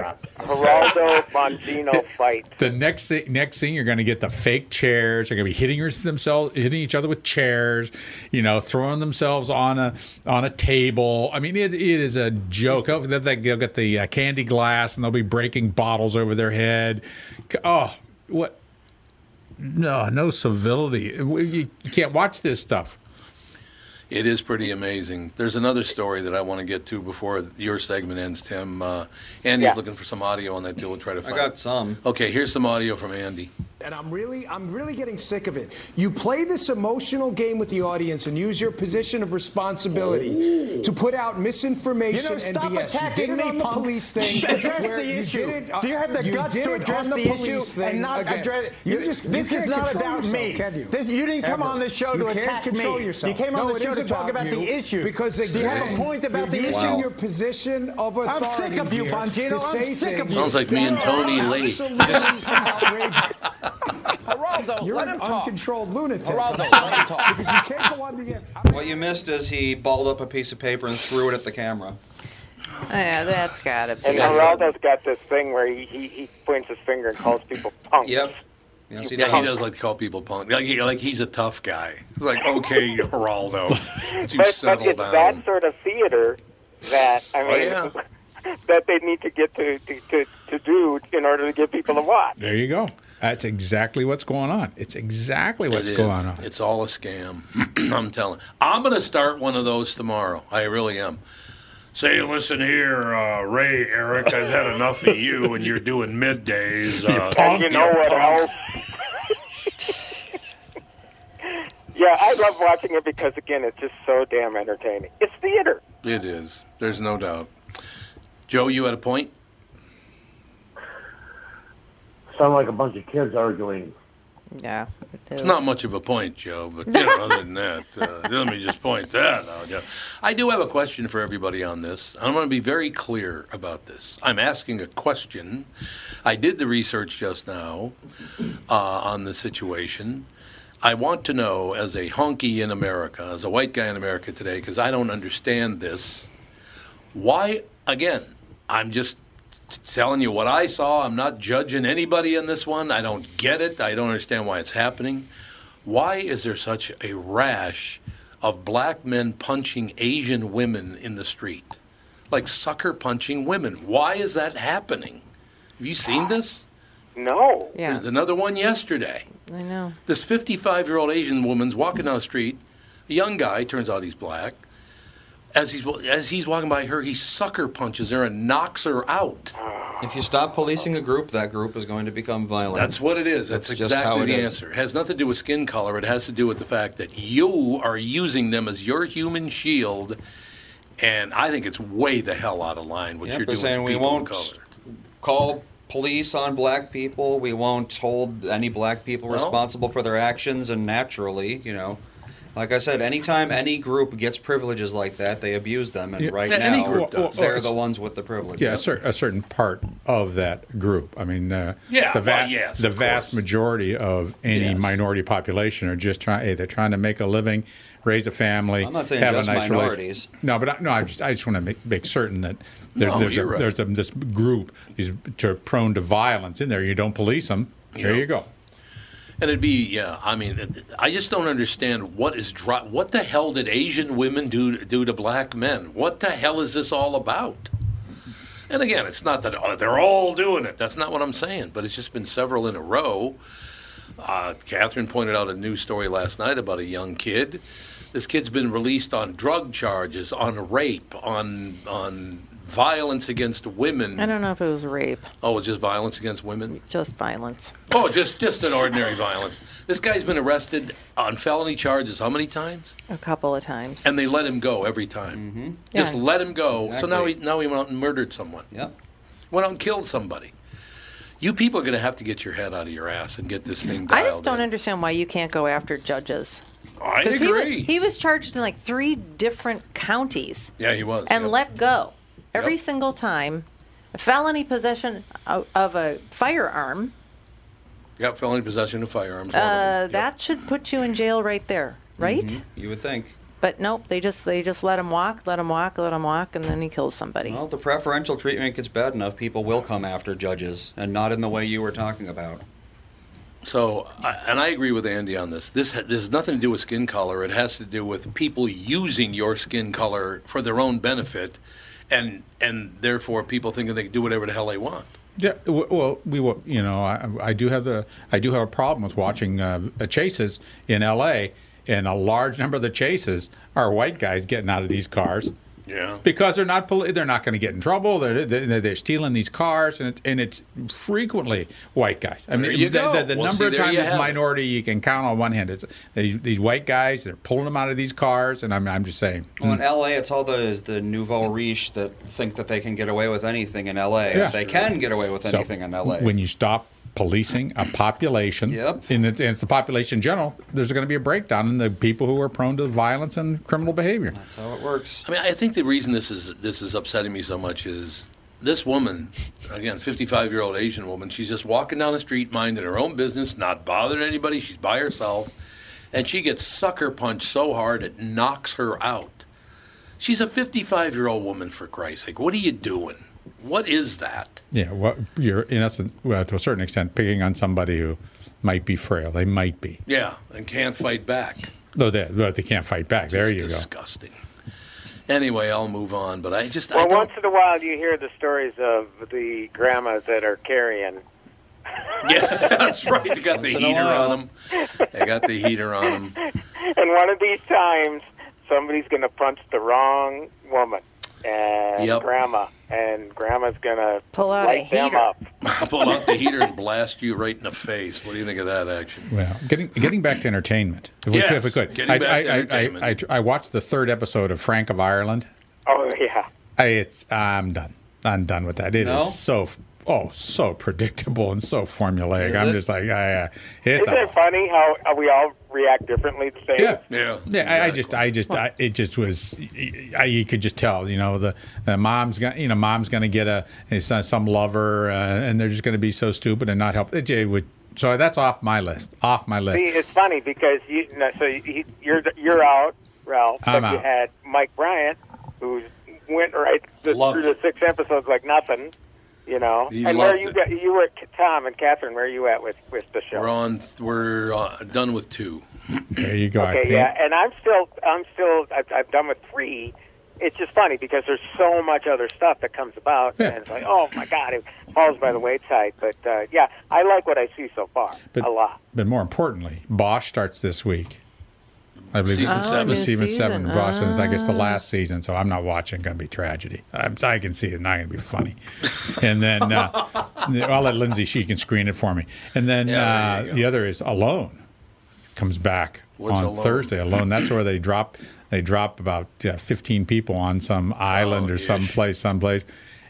Speaker 7: Geraldo Bongino fight.
Speaker 8: The next thing, next thing, you're going to get the fake chairs. They're going to be hitting yours- themselves, hitting each other with chairs. You know, throwing themselves on a on a table. I mean, it, it is a joke. Oh, They'll, they'll get the uh, candy glass, and they'll be breaking bottles over their head. C- Oh, what? No, no civility. We- You, you can't watch this stuff.
Speaker 1: It is pretty amazing. There's another story that I want to get to before your segment ends, Tim. Uh, Andy's
Speaker 4: Yeah.
Speaker 1: looking for some audio on that deal. We'll try to
Speaker 4: I
Speaker 1: find
Speaker 4: got some.
Speaker 1: Okay, here's some audio from Andy.
Speaker 12: And I'm really, I'm really getting sick of it. You play this emotional game with the audience and use your position of responsibility to put out misinformation
Speaker 13: You know,
Speaker 12: and
Speaker 13: stop
Speaker 12: BS.
Speaker 13: attacking
Speaker 12: you did it
Speaker 13: me,
Speaker 12: on the
Speaker 13: punk.
Speaker 12: police thing.
Speaker 13: Address
Speaker 12: where
Speaker 13: the
Speaker 12: you
Speaker 13: issue.
Speaker 12: did it, uh,
Speaker 13: Do you have the guts
Speaker 12: did
Speaker 13: to
Speaker 12: it
Speaker 13: address
Speaker 12: on the,
Speaker 13: the
Speaker 12: police
Speaker 13: issue
Speaker 12: thing
Speaker 13: and not
Speaker 12: again.
Speaker 13: address-
Speaker 12: You
Speaker 13: you-
Speaker 12: just,
Speaker 13: this
Speaker 12: you
Speaker 13: is
Speaker 12: can't
Speaker 13: not
Speaker 12: control
Speaker 13: about
Speaker 12: yourself,
Speaker 13: me.
Speaker 12: Can you?
Speaker 13: This- you didn't come
Speaker 12: Ever.
Speaker 13: on the show
Speaker 12: You
Speaker 13: to
Speaker 12: can't
Speaker 13: attack
Speaker 12: control
Speaker 13: me.
Speaker 12: Yourself.
Speaker 13: You came on
Speaker 12: No,
Speaker 13: the
Speaker 12: it
Speaker 13: show
Speaker 12: is
Speaker 13: to talk about the
Speaker 12: you,
Speaker 13: issue.
Speaker 12: Because
Speaker 13: Do you have a
Speaker 12: again,
Speaker 13: point about
Speaker 12: you're
Speaker 13: the
Speaker 12: using
Speaker 13: issue?
Speaker 12: your position of
Speaker 13: I'm
Speaker 12: authority.
Speaker 13: sick of you,
Speaker 12: here
Speaker 13: Bongino.
Speaker 12: to
Speaker 13: I'm
Speaker 12: say
Speaker 13: sick of
Speaker 12: things
Speaker 13: you. Sounds like me and
Speaker 12: that
Speaker 1: Tony
Speaker 12: are
Speaker 1: Lee.
Speaker 12: absolutely outrageous. You're
Speaker 13: let
Speaker 12: an
Speaker 13: him talk.
Speaker 12: uncontrolled lunatic.
Speaker 13: Geraldo,
Speaker 12: let him talk. Because you can't go on the air.
Speaker 4: What you missed is he balled up a piece of paper and threw it at the camera.
Speaker 3: Oh, Yeah, that's gotta be.
Speaker 4: And
Speaker 3: it.
Speaker 4: Geraldo's
Speaker 7: got this thing where he, he, he points his finger and calls people punks.
Speaker 1: Yep.
Speaker 4: Yes,
Speaker 7: he
Speaker 1: yeah,
Speaker 7: does.
Speaker 1: he does like to call people punk. Like, he- like he's a tough guy. It's like, okay, Geraldo, you
Speaker 7: but,
Speaker 1: settle
Speaker 7: but it's
Speaker 1: down.
Speaker 7: that sort of theater that I
Speaker 1: Oh,
Speaker 7: mean, that they need to get to, to, to, to do in order to get people to watch.
Speaker 8: There you go. That's exactly what's going on. It's exactly what's
Speaker 1: It is.
Speaker 8: going on.
Speaker 1: It's all a scam. I'm telling. I'm going to start one of those tomorrow. I really am. Say, listen here, uh, Ray, Eric, I've had enough of you, and you're doing middays. Uh,
Speaker 7: and you know
Speaker 1: you
Speaker 7: what
Speaker 1: punk.
Speaker 7: else? yeah, I love watching it because again, it's just so damn entertaining. It's theater.
Speaker 1: It is. There's no doubt. Joe, you had a point?
Speaker 9: Sound like a bunch of kids arguing.
Speaker 3: Yeah.
Speaker 1: It's not much of a point, Joe, but you know, other than that, uh, let me just point that out. Joe. I do have a question for everybody on this. I'm going to be very clear about this. I'm asking a question. I did the research just now uh, on the situation. I want to know, as a honky in America, as a white guy in America today, because I don't understand this, why, again, I'm just telling you what I saw. I'm not judging anybody in this one. I don't get it. I don't understand why it's happening. Why is there such a rash of black men punching Asian women in the street? Like sucker punching women. Why is that happening? Have you seen this?
Speaker 7: No.
Speaker 3: Yeah.
Speaker 1: There's another one yesterday.
Speaker 3: I know.
Speaker 1: This 55 year old Asian woman's walking down the street. A young guy, turns out he's black. As he's, as he's walking by her, he sucker punches her and knocks her out.
Speaker 4: If you stop policing a group, that group is going to become violent.
Speaker 1: That's what it is. That's, exactly the
Speaker 4: is.
Speaker 1: answer. It has nothing to do with skin color. It has to do with the fact that you are using them as your human shield, and I think it's way the hell out of line what
Speaker 4: Yep,
Speaker 1: you're
Speaker 4: they're
Speaker 1: doing
Speaker 4: saying
Speaker 1: to
Speaker 4: we
Speaker 1: people of
Speaker 4: won't
Speaker 1: color.
Speaker 4: call police on black people. We won't hold any black people
Speaker 1: No.
Speaker 4: responsible for their actions. And naturally, you know, like I said, anytime any group gets privileges like that, they abuse them. And
Speaker 8: Yeah,
Speaker 4: right
Speaker 8: yeah,
Speaker 4: now,
Speaker 8: any group does.
Speaker 4: they're
Speaker 8: Well,
Speaker 4: the ones with the privilege.
Speaker 8: Yeah, a, cer- a certain part of that group. I mean, uh,
Speaker 4: Yeah,
Speaker 8: the,
Speaker 4: well, yes,
Speaker 8: the
Speaker 4: of
Speaker 8: vast majority of any minority population are just trying. Hey, they're trying to make a living, raise a family,
Speaker 4: I'm not saying
Speaker 8: have
Speaker 4: just
Speaker 8: a nice rela-
Speaker 4: minorities.
Speaker 8: No, but I, no, I just I just want to make, make certain that there,
Speaker 1: No,
Speaker 8: there's a,
Speaker 1: you're right.
Speaker 8: there's a, this group is to, prone to violence in there. You don't police them. There you go.
Speaker 1: And it'd be yeah. I mean, it- I just don't understand what is dri- What the hell did Asian women do do to black men? What the hell is this all about? And again, it's not that uh, they're all doing it. That's not what I'm saying. But it's just been several in a row. Uh, Catherine pointed out a news story last night about a young kid. This kid's been released on drug charges, on rape, on on violence against women.
Speaker 3: I don't know if it was rape,
Speaker 1: Oh, it's just violence against women.
Speaker 3: just violence.
Speaker 1: Oh, just just an ordinary violence. This guy's been arrested on felony charges how many times?
Speaker 3: A couple of times.
Speaker 1: And they let him go every time. Mm-hmm. Just
Speaker 3: Yeah.
Speaker 1: let him go. So now he now he went out and murdered someone.
Speaker 4: Yeah.
Speaker 1: Went out and killed somebody. You people are going to have to get your head out of your ass and get this thing
Speaker 3: I
Speaker 1: dialed.
Speaker 3: just don't understand why you can't go after judges.
Speaker 1: I
Speaker 3: 'Cause he wa- He
Speaker 1: agree.
Speaker 3: was, charged in like three different counties
Speaker 1: yeah, he was.
Speaker 3: and
Speaker 1: yep.
Speaker 3: let go every
Speaker 1: Yep.
Speaker 3: single time. Felony possession of, of a firearm.
Speaker 1: Yep, felony possession of firearms. one of them.
Speaker 3: Uh, that should put you in jail right there, Uh, right?
Speaker 1: Mm-hmm.
Speaker 4: You would think.
Speaker 3: But nope, they just they just let him walk, let him walk, let him walk, and then he kills somebody.
Speaker 4: Well, if the preferential treatment gets bad enough, people will come after judges, and not in the way you were talking about.
Speaker 1: So, I- and I agree with Andy on this. This ha- this has nothing to do with skin color. It has to do with people using your skin color for their own benefit, and and therefore people thinking they can do whatever the hell they want.
Speaker 8: Yeah, w- well, we will. You know, I, I do have the I do have a problem with watching uh, chases in L.A. and a large number of the chases are white guys getting out of these cars
Speaker 1: Yeah.
Speaker 8: Because they're not poli- they're not going to get in trouble. They're, they're, they're stealing these cars, and, it, and it's frequently white guys. I mean,
Speaker 1: There you
Speaker 8: the,
Speaker 1: go.
Speaker 8: the, the
Speaker 1: Well,
Speaker 8: number
Speaker 1: see,
Speaker 8: of
Speaker 1: there
Speaker 8: times
Speaker 1: you
Speaker 8: it's
Speaker 1: have it.
Speaker 8: minority you can count on one hand. It's these, these white guys. They're pulling them out of these cars, and I'm, I'm just saying.
Speaker 4: Well, in LA, it's all those the nouveau riche that think that they can get away with anything in LA.
Speaker 8: Yeah.
Speaker 4: They can get away with
Speaker 8: So,
Speaker 4: anything in LA.
Speaker 8: When you stop policing a population,
Speaker 4: Yep.
Speaker 8: and, it's, and it's the population in general, there's going to be a breakdown in the people who are prone to violence and criminal behavior.
Speaker 4: That's how it works.
Speaker 1: I mean, I think the reason this is this is upsetting me so much is this woman, again, 55 year old Asian woman. She's just walking down the street, minding her own business, not bothering anybody. She's by herself, and she gets sucker punched so hard it knocks her out. She's a 55 year old woman, for Christ's sake. What are you doing? What is that?
Speaker 8: Yeah, well, you're in essence, well, to a certain extent, picking on somebody who might be frail. They might be,
Speaker 1: Yeah, and can't fight back.
Speaker 8: though they, though they can't fight back. There
Speaker 1: It's
Speaker 8: you go.
Speaker 1: disgusting. Anyway, I'll move on, but I just I
Speaker 7: Well,
Speaker 1: don't.
Speaker 7: once in a while you hear the stories of the grandmas that are carrying.
Speaker 1: Yeah, that's right. They got the heater on them. They got the heater on them.
Speaker 7: And one of these times, somebody's going to punch the wrong woman and
Speaker 1: Yep.
Speaker 7: grandma, and grandma's going to
Speaker 3: Pull out a
Speaker 7: light them
Speaker 3: heater.
Speaker 7: up.
Speaker 1: Pull out the heater and blast you right in the face. What do you think of that action?
Speaker 8: Well, getting getting back to entertainment, if we, could, if we
Speaker 1: Yes,
Speaker 8: could,
Speaker 1: getting
Speaker 8: I,
Speaker 1: back
Speaker 8: I,
Speaker 1: to
Speaker 8: I- I-
Speaker 1: entertainment.
Speaker 8: I tr- I watched the third episode of Frank of Ireland.
Speaker 7: Oh yeah.
Speaker 8: I, it's I'm done. I'm done with that. It is
Speaker 7: No?
Speaker 8: so f- oh so predictable and so formulaic.
Speaker 7: Is
Speaker 8: I'm
Speaker 7: it?
Speaker 8: just like I, uh, it's
Speaker 7: Isn't
Speaker 8: a,
Speaker 7: it funny how uh, we all react differently to things?
Speaker 8: Yeah.
Speaker 1: Yeah.
Speaker 8: yeah. I, I just I just I, it just was I, you could just tell you know the, the mom's gonna you know mom's gonna get a it's, uh, some lover uh, and they're just gonna be so stupid and not help. It, it would, so that's off my list. Off my list.
Speaker 7: See, it's funny because you no, so you, you're you're out, Ralph,
Speaker 8: I'm
Speaker 7: but you
Speaker 8: out.
Speaker 7: had Mike Bryant who went right th- through the six episodes like nothing, you know.
Speaker 1: He
Speaker 7: and where
Speaker 1: loved
Speaker 7: you
Speaker 1: it.
Speaker 7: got, you were Tom and Catherine, where are you at with with the show?
Speaker 1: We're on. We're uh, done with two.
Speaker 8: There you go.
Speaker 7: Okay, yeah, and I'm still, I'm still, I've, I've done with three. It's just funny because there's so much other stuff that comes about, and it's like, oh my god, it falls by the wayside. But uh, yeah, I like what I see so far
Speaker 8: But-
Speaker 7: a lot.
Speaker 8: But more importantly, Bosch starts this week. I believe
Speaker 1: Season
Speaker 8: it's
Speaker 1: seven. Oh, new
Speaker 8: season, seven.
Speaker 1: season.
Speaker 8: Bosch, and it's, I guess the last season. So I'm not watching. Going to be tragedy. I, I can see it's not going to be funny. And then uh, I'll let Lindsay. She can screen it for me. And then uh, the other is Alone. Comes back
Speaker 1: What's
Speaker 8: on
Speaker 1: Alone?
Speaker 8: Thursday. Alone. That's where they drop. They drop about uh, 15 people on some island
Speaker 1: Oh,
Speaker 8: or someplace, someplace,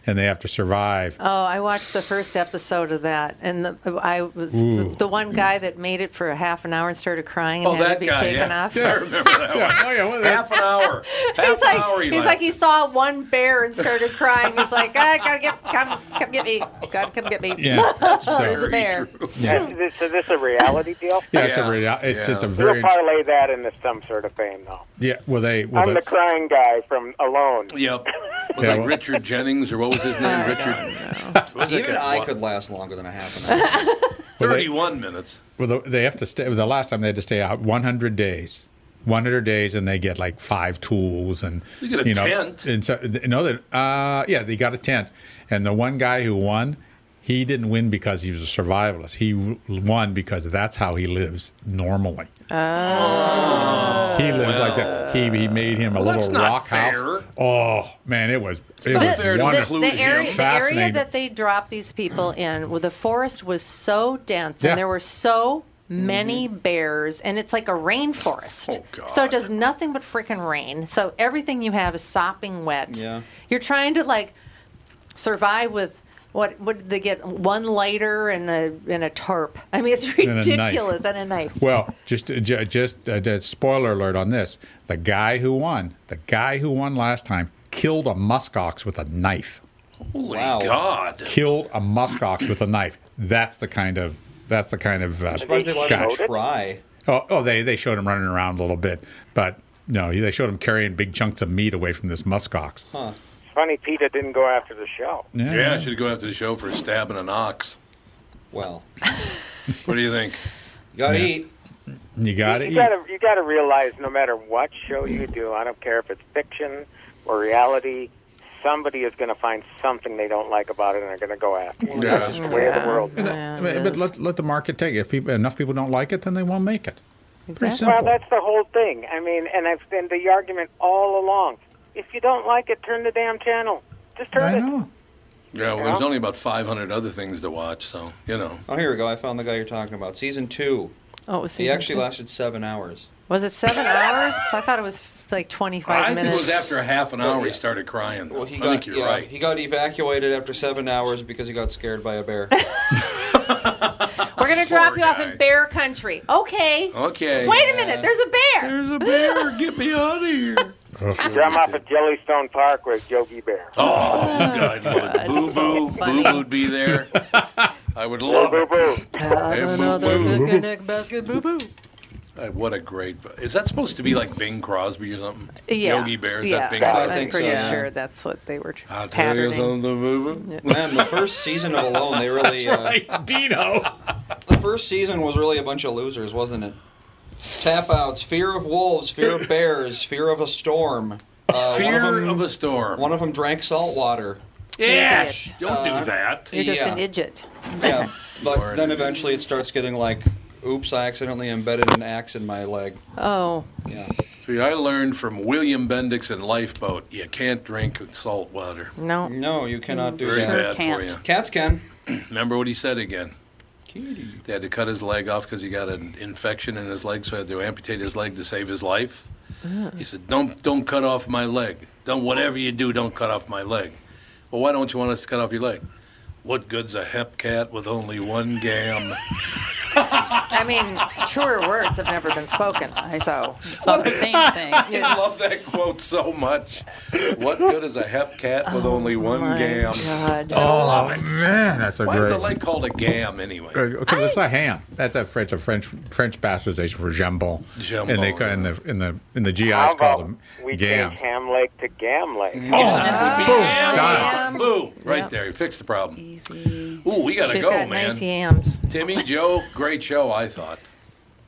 Speaker 8: and they have to survive.
Speaker 3: Oh, I watched the first episode of that, and the, I was
Speaker 8: Ooh.
Speaker 3: the, the one guy that made it for a half an hour and started crying and
Speaker 1: Oh,
Speaker 3: had
Speaker 1: that
Speaker 3: to be
Speaker 1: guy,
Speaker 3: taken
Speaker 1: yeah.
Speaker 3: off.
Speaker 1: I remember that one.
Speaker 8: Oh,
Speaker 1: Half an hour. Half
Speaker 3: he's
Speaker 1: an
Speaker 3: like,
Speaker 1: hour. he
Speaker 3: he's
Speaker 1: laughed.
Speaker 3: like, he saw one bear and started crying. He's like, I gotta get, come, come get me, gotta come get me.
Speaker 8: Yeah, that's
Speaker 3: There's a
Speaker 8: very
Speaker 3: bear.
Speaker 8: Yeah.
Speaker 7: Is this, is this a reality deal?
Speaker 8: Yeah, it's a rea- it's- it's a very-
Speaker 7: We'll parlay that into some sort of fame, though.
Speaker 8: Yeah. Well, they. Well,
Speaker 7: I'm
Speaker 8: the-
Speaker 7: the crying guy from Alone.
Speaker 1: Yep. Was
Speaker 8: Yeah,
Speaker 1: like
Speaker 8: well-
Speaker 1: Richard Jennings or what was his name? Richard. What was that
Speaker 4: Even
Speaker 1: guy?
Speaker 4: I
Speaker 1: What?
Speaker 4: could last longer than a half an hour.
Speaker 1: Thirty-one minutes.
Speaker 8: Well, the- they have to stay. The last time they had to stay out 100 days, 100 days, and they get like five tools and
Speaker 1: They get a
Speaker 8: you know,
Speaker 1: tent.
Speaker 8: And so, no, that uh, yeah, they got a tent. And the one guy who won, he didn't win because he was a survivalist. He w- won because that's how he lives normally.
Speaker 12: Ah.
Speaker 8: he lives like that. He he made him a
Speaker 1: Oh, Well,
Speaker 8: little
Speaker 1: that's not
Speaker 8: rock
Speaker 1: fair.
Speaker 8: house. Oh man, it was
Speaker 3: The-
Speaker 8: it was
Speaker 3: the,
Speaker 8: wonderful.
Speaker 3: the area, the area
Speaker 8: Fascinating.
Speaker 3: that they dropped these people in, well, the forest was so dense
Speaker 8: Yeah.
Speaker 3: and there were so many bears, and it's like a rainforest.
Speaker 8: Oh,
Speaker 3: So it does nothing but freaking rain. So everything you have is sopping wet.
Speaker 4: Yeah.
Speaker 3: You're trying to like survive with. What, what did they get? One lighter and a and a tarp. I mean, it's
Speaker 8: And a knife.
Speaker 3: ridiculous. And a knife.
Speaker 8: Well, just ju- just uh, just spoiler alert on this: the guy who won, the guy who won last time, killed a muskox with a knife.
Speaker 1: Holy God!
Speaker 8: Killed a muskox with a knife. That's the kind of that's the kind of. Uh,
Speaker 4: I'm surprised they let him
Speaker 8: guy.
Speaker 4: try.
Speaker 8: Oh, oh, they they showed him running around a little bit, but no, they showed him carrying big chunks of meat away from this muskox.
Speaker 4: Huh.
Speaker 7: It's funny PETA didn't go after the show.
Speaker 8: Yeah.
Speaker 1: Yeah, I should go after the show for stabbing an ox.
Speaker 4: Well,
Speaker 1: what do you think?
Speaker 4: You gotta
Speaker 8: Yeah.
Speaker 4: eat.
Speaker 8: You got it.
Speaker 7: You gotta, you gotta realize, no matter what show you do, I don't care if it's fiction or reality, somebody is gonna find something they don't like about it, and they're gonna go after it. That's just the way of the world.
Speaker 8: But, but let, let the market take it. If people, enough people don't like it, then they won't make it. Pretty
Speaker 7: Well,
Speaker 8: simple.
Speaker 7: that's the whole thing. I mean, and I've been the argument all along. If you don't like it, turn the damn channel. Just turn it.
Speaker 1: Yeah, well, there's only about 500 other things to watch, so, you know.
Speaker 4: Oh, here we go. I found the guy you're talking about. Season two.
Speaker 3: Oh, it was
Speaker 4: He
Speaker 3: season
Speaker 4: actually
Speaker 3: two.
Speaker 4: lasted seven hours.
Speaker 3: Was it seven hours? I thought it was like 25
Speaker 1: I think it
Speaker 3: minutes.
Speaker 1: was after a half an hour he started crying. though.
Speaker 4: He
Speaker 1: I
Speaker 4: got,
Speaker 1: think you're
Speaker 4: yeah,
Speaker 1: right.
Speaker 4: He got evacuated after seven hours because he got scared by a bear.
Speaker 3: We're going to drop you off in bear country. Okay.
Speaker 1: Okay.
Speaker 3: Wait a minute. There's a bear. There's
Speaker 1: a bear. Get me out of here.
Speaker 7: Drum up at Jellystone Park with Yogi Bear.
Speaker 1: Oh, God, I love it. Boo Boo. Boo Boo'd be there. I would love it. Hey, Boo Boo.
Speaker 3: basket boo boo.
Speaker 1: Hey, Uh, What a great. Is that supposed to be like Bing Crosby or something?
Speaker 3: Yeah.
Speaker 1: Yogi Bear? Is
Speaker 3: yeah.
Speaker 1: that Bing
Speaker 3: I'm
Speaker 1: Crosby?
Speaker 3: pretty sure that's what they were
Speaker 1: I'll tell you
Speaker 3: patterning.
Speaker 1: something, Boo Boo.
Speaker 4: Man, the first season of Alone, they really.
Speaker 1: That's
Speaker 4: uh, Dino. The first season was really a bunch of losers, wasn't it? Tap outs, fear of wolves, fear of bears, fear of a storm. Uh,
Speaker 1: Fear
Speaker 4: one of, them,
Speaker 1: a storm.
Speaker 4: One of them drank salt water. Uh,
Speaker 1: Yeah, sh- don't do that.
Speaker 3: Uh, You're just
Speaker 4: yeah.
Speaker 3: an idiot.
Speaker 4: Yeah, but then eventually it starts getting like, oops, I accidentally embedded an axe in my leg.
Speaker 3: Oh.
Speaker 1: See, I learned from William Bendix in Lifeboat you can't drink salt water.
Speaker 3: No.
Speaker 4: No, you cannot do
Speaker 1: Very
Speaker 4: that.
Speaker 1: bad for you.
Speaker 4: Cats can.
Speaker 1: Remember what he said again. They had to cut his leg off because he got an infection in his leg, so they had to amputate his leg to save his life.
Speaker 3: Uh-uh.
Speaker 1: He said, "Don't don't cut off my leg. Don't whatever you do, don't cut off my leg." Well, why don't you want us to cut off your leg? What good's a hep cat with only one gam?
Speaker 3: I mean, truer words have never been spoken. So.
Speaker 1: thought the
Speaker 6: same thing.
Speaker 1: I love that quote so much. What good is a hep cat with only one
Speaker 3: my
Speaker 1: gam?
Speaker 3: God.
Speaker 1: I love it.
Speaker 8: Oh, man, that's a
Speaker 1: Why
Speaker 8: great.
Speaker 1: is the leg called a gam anyway?
Speaker 8: Okay, that's a ham. That's a French, a French, French bastardization for jambon.
Speaker 1: Jambon,
Speaker 8: and they ca- in the in the in the GIs
Speaker 7: How
Speaker 8: called
Speaker 7: about
Speaker 8: them
Speaker 7: we
Speaker 8: gams.
Speaker 7: change ham leg to gam leg?
Speaker 1: Oh, Boom,
Speaker 8: Done.
Speaker 1: Boom. Right there. You fixed the problem. Easy. Ooh, we got to
Speaker 3: She's
Speaker 1: go,
Speaker 3: got
Speaker 1: man.
Speaker 3: nice yams.
Speaker 1: Timmy, Joe, great show, I thought.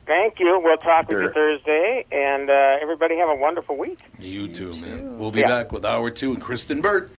Speaker 7: Thank you. We'll talk with you Thursday, and uh, everybody have a wonderful week.
Speaker 1: You too, man. We'll be
Speaker 7: Yeah.
Speaker 1: back with hour two and Kristen Burt.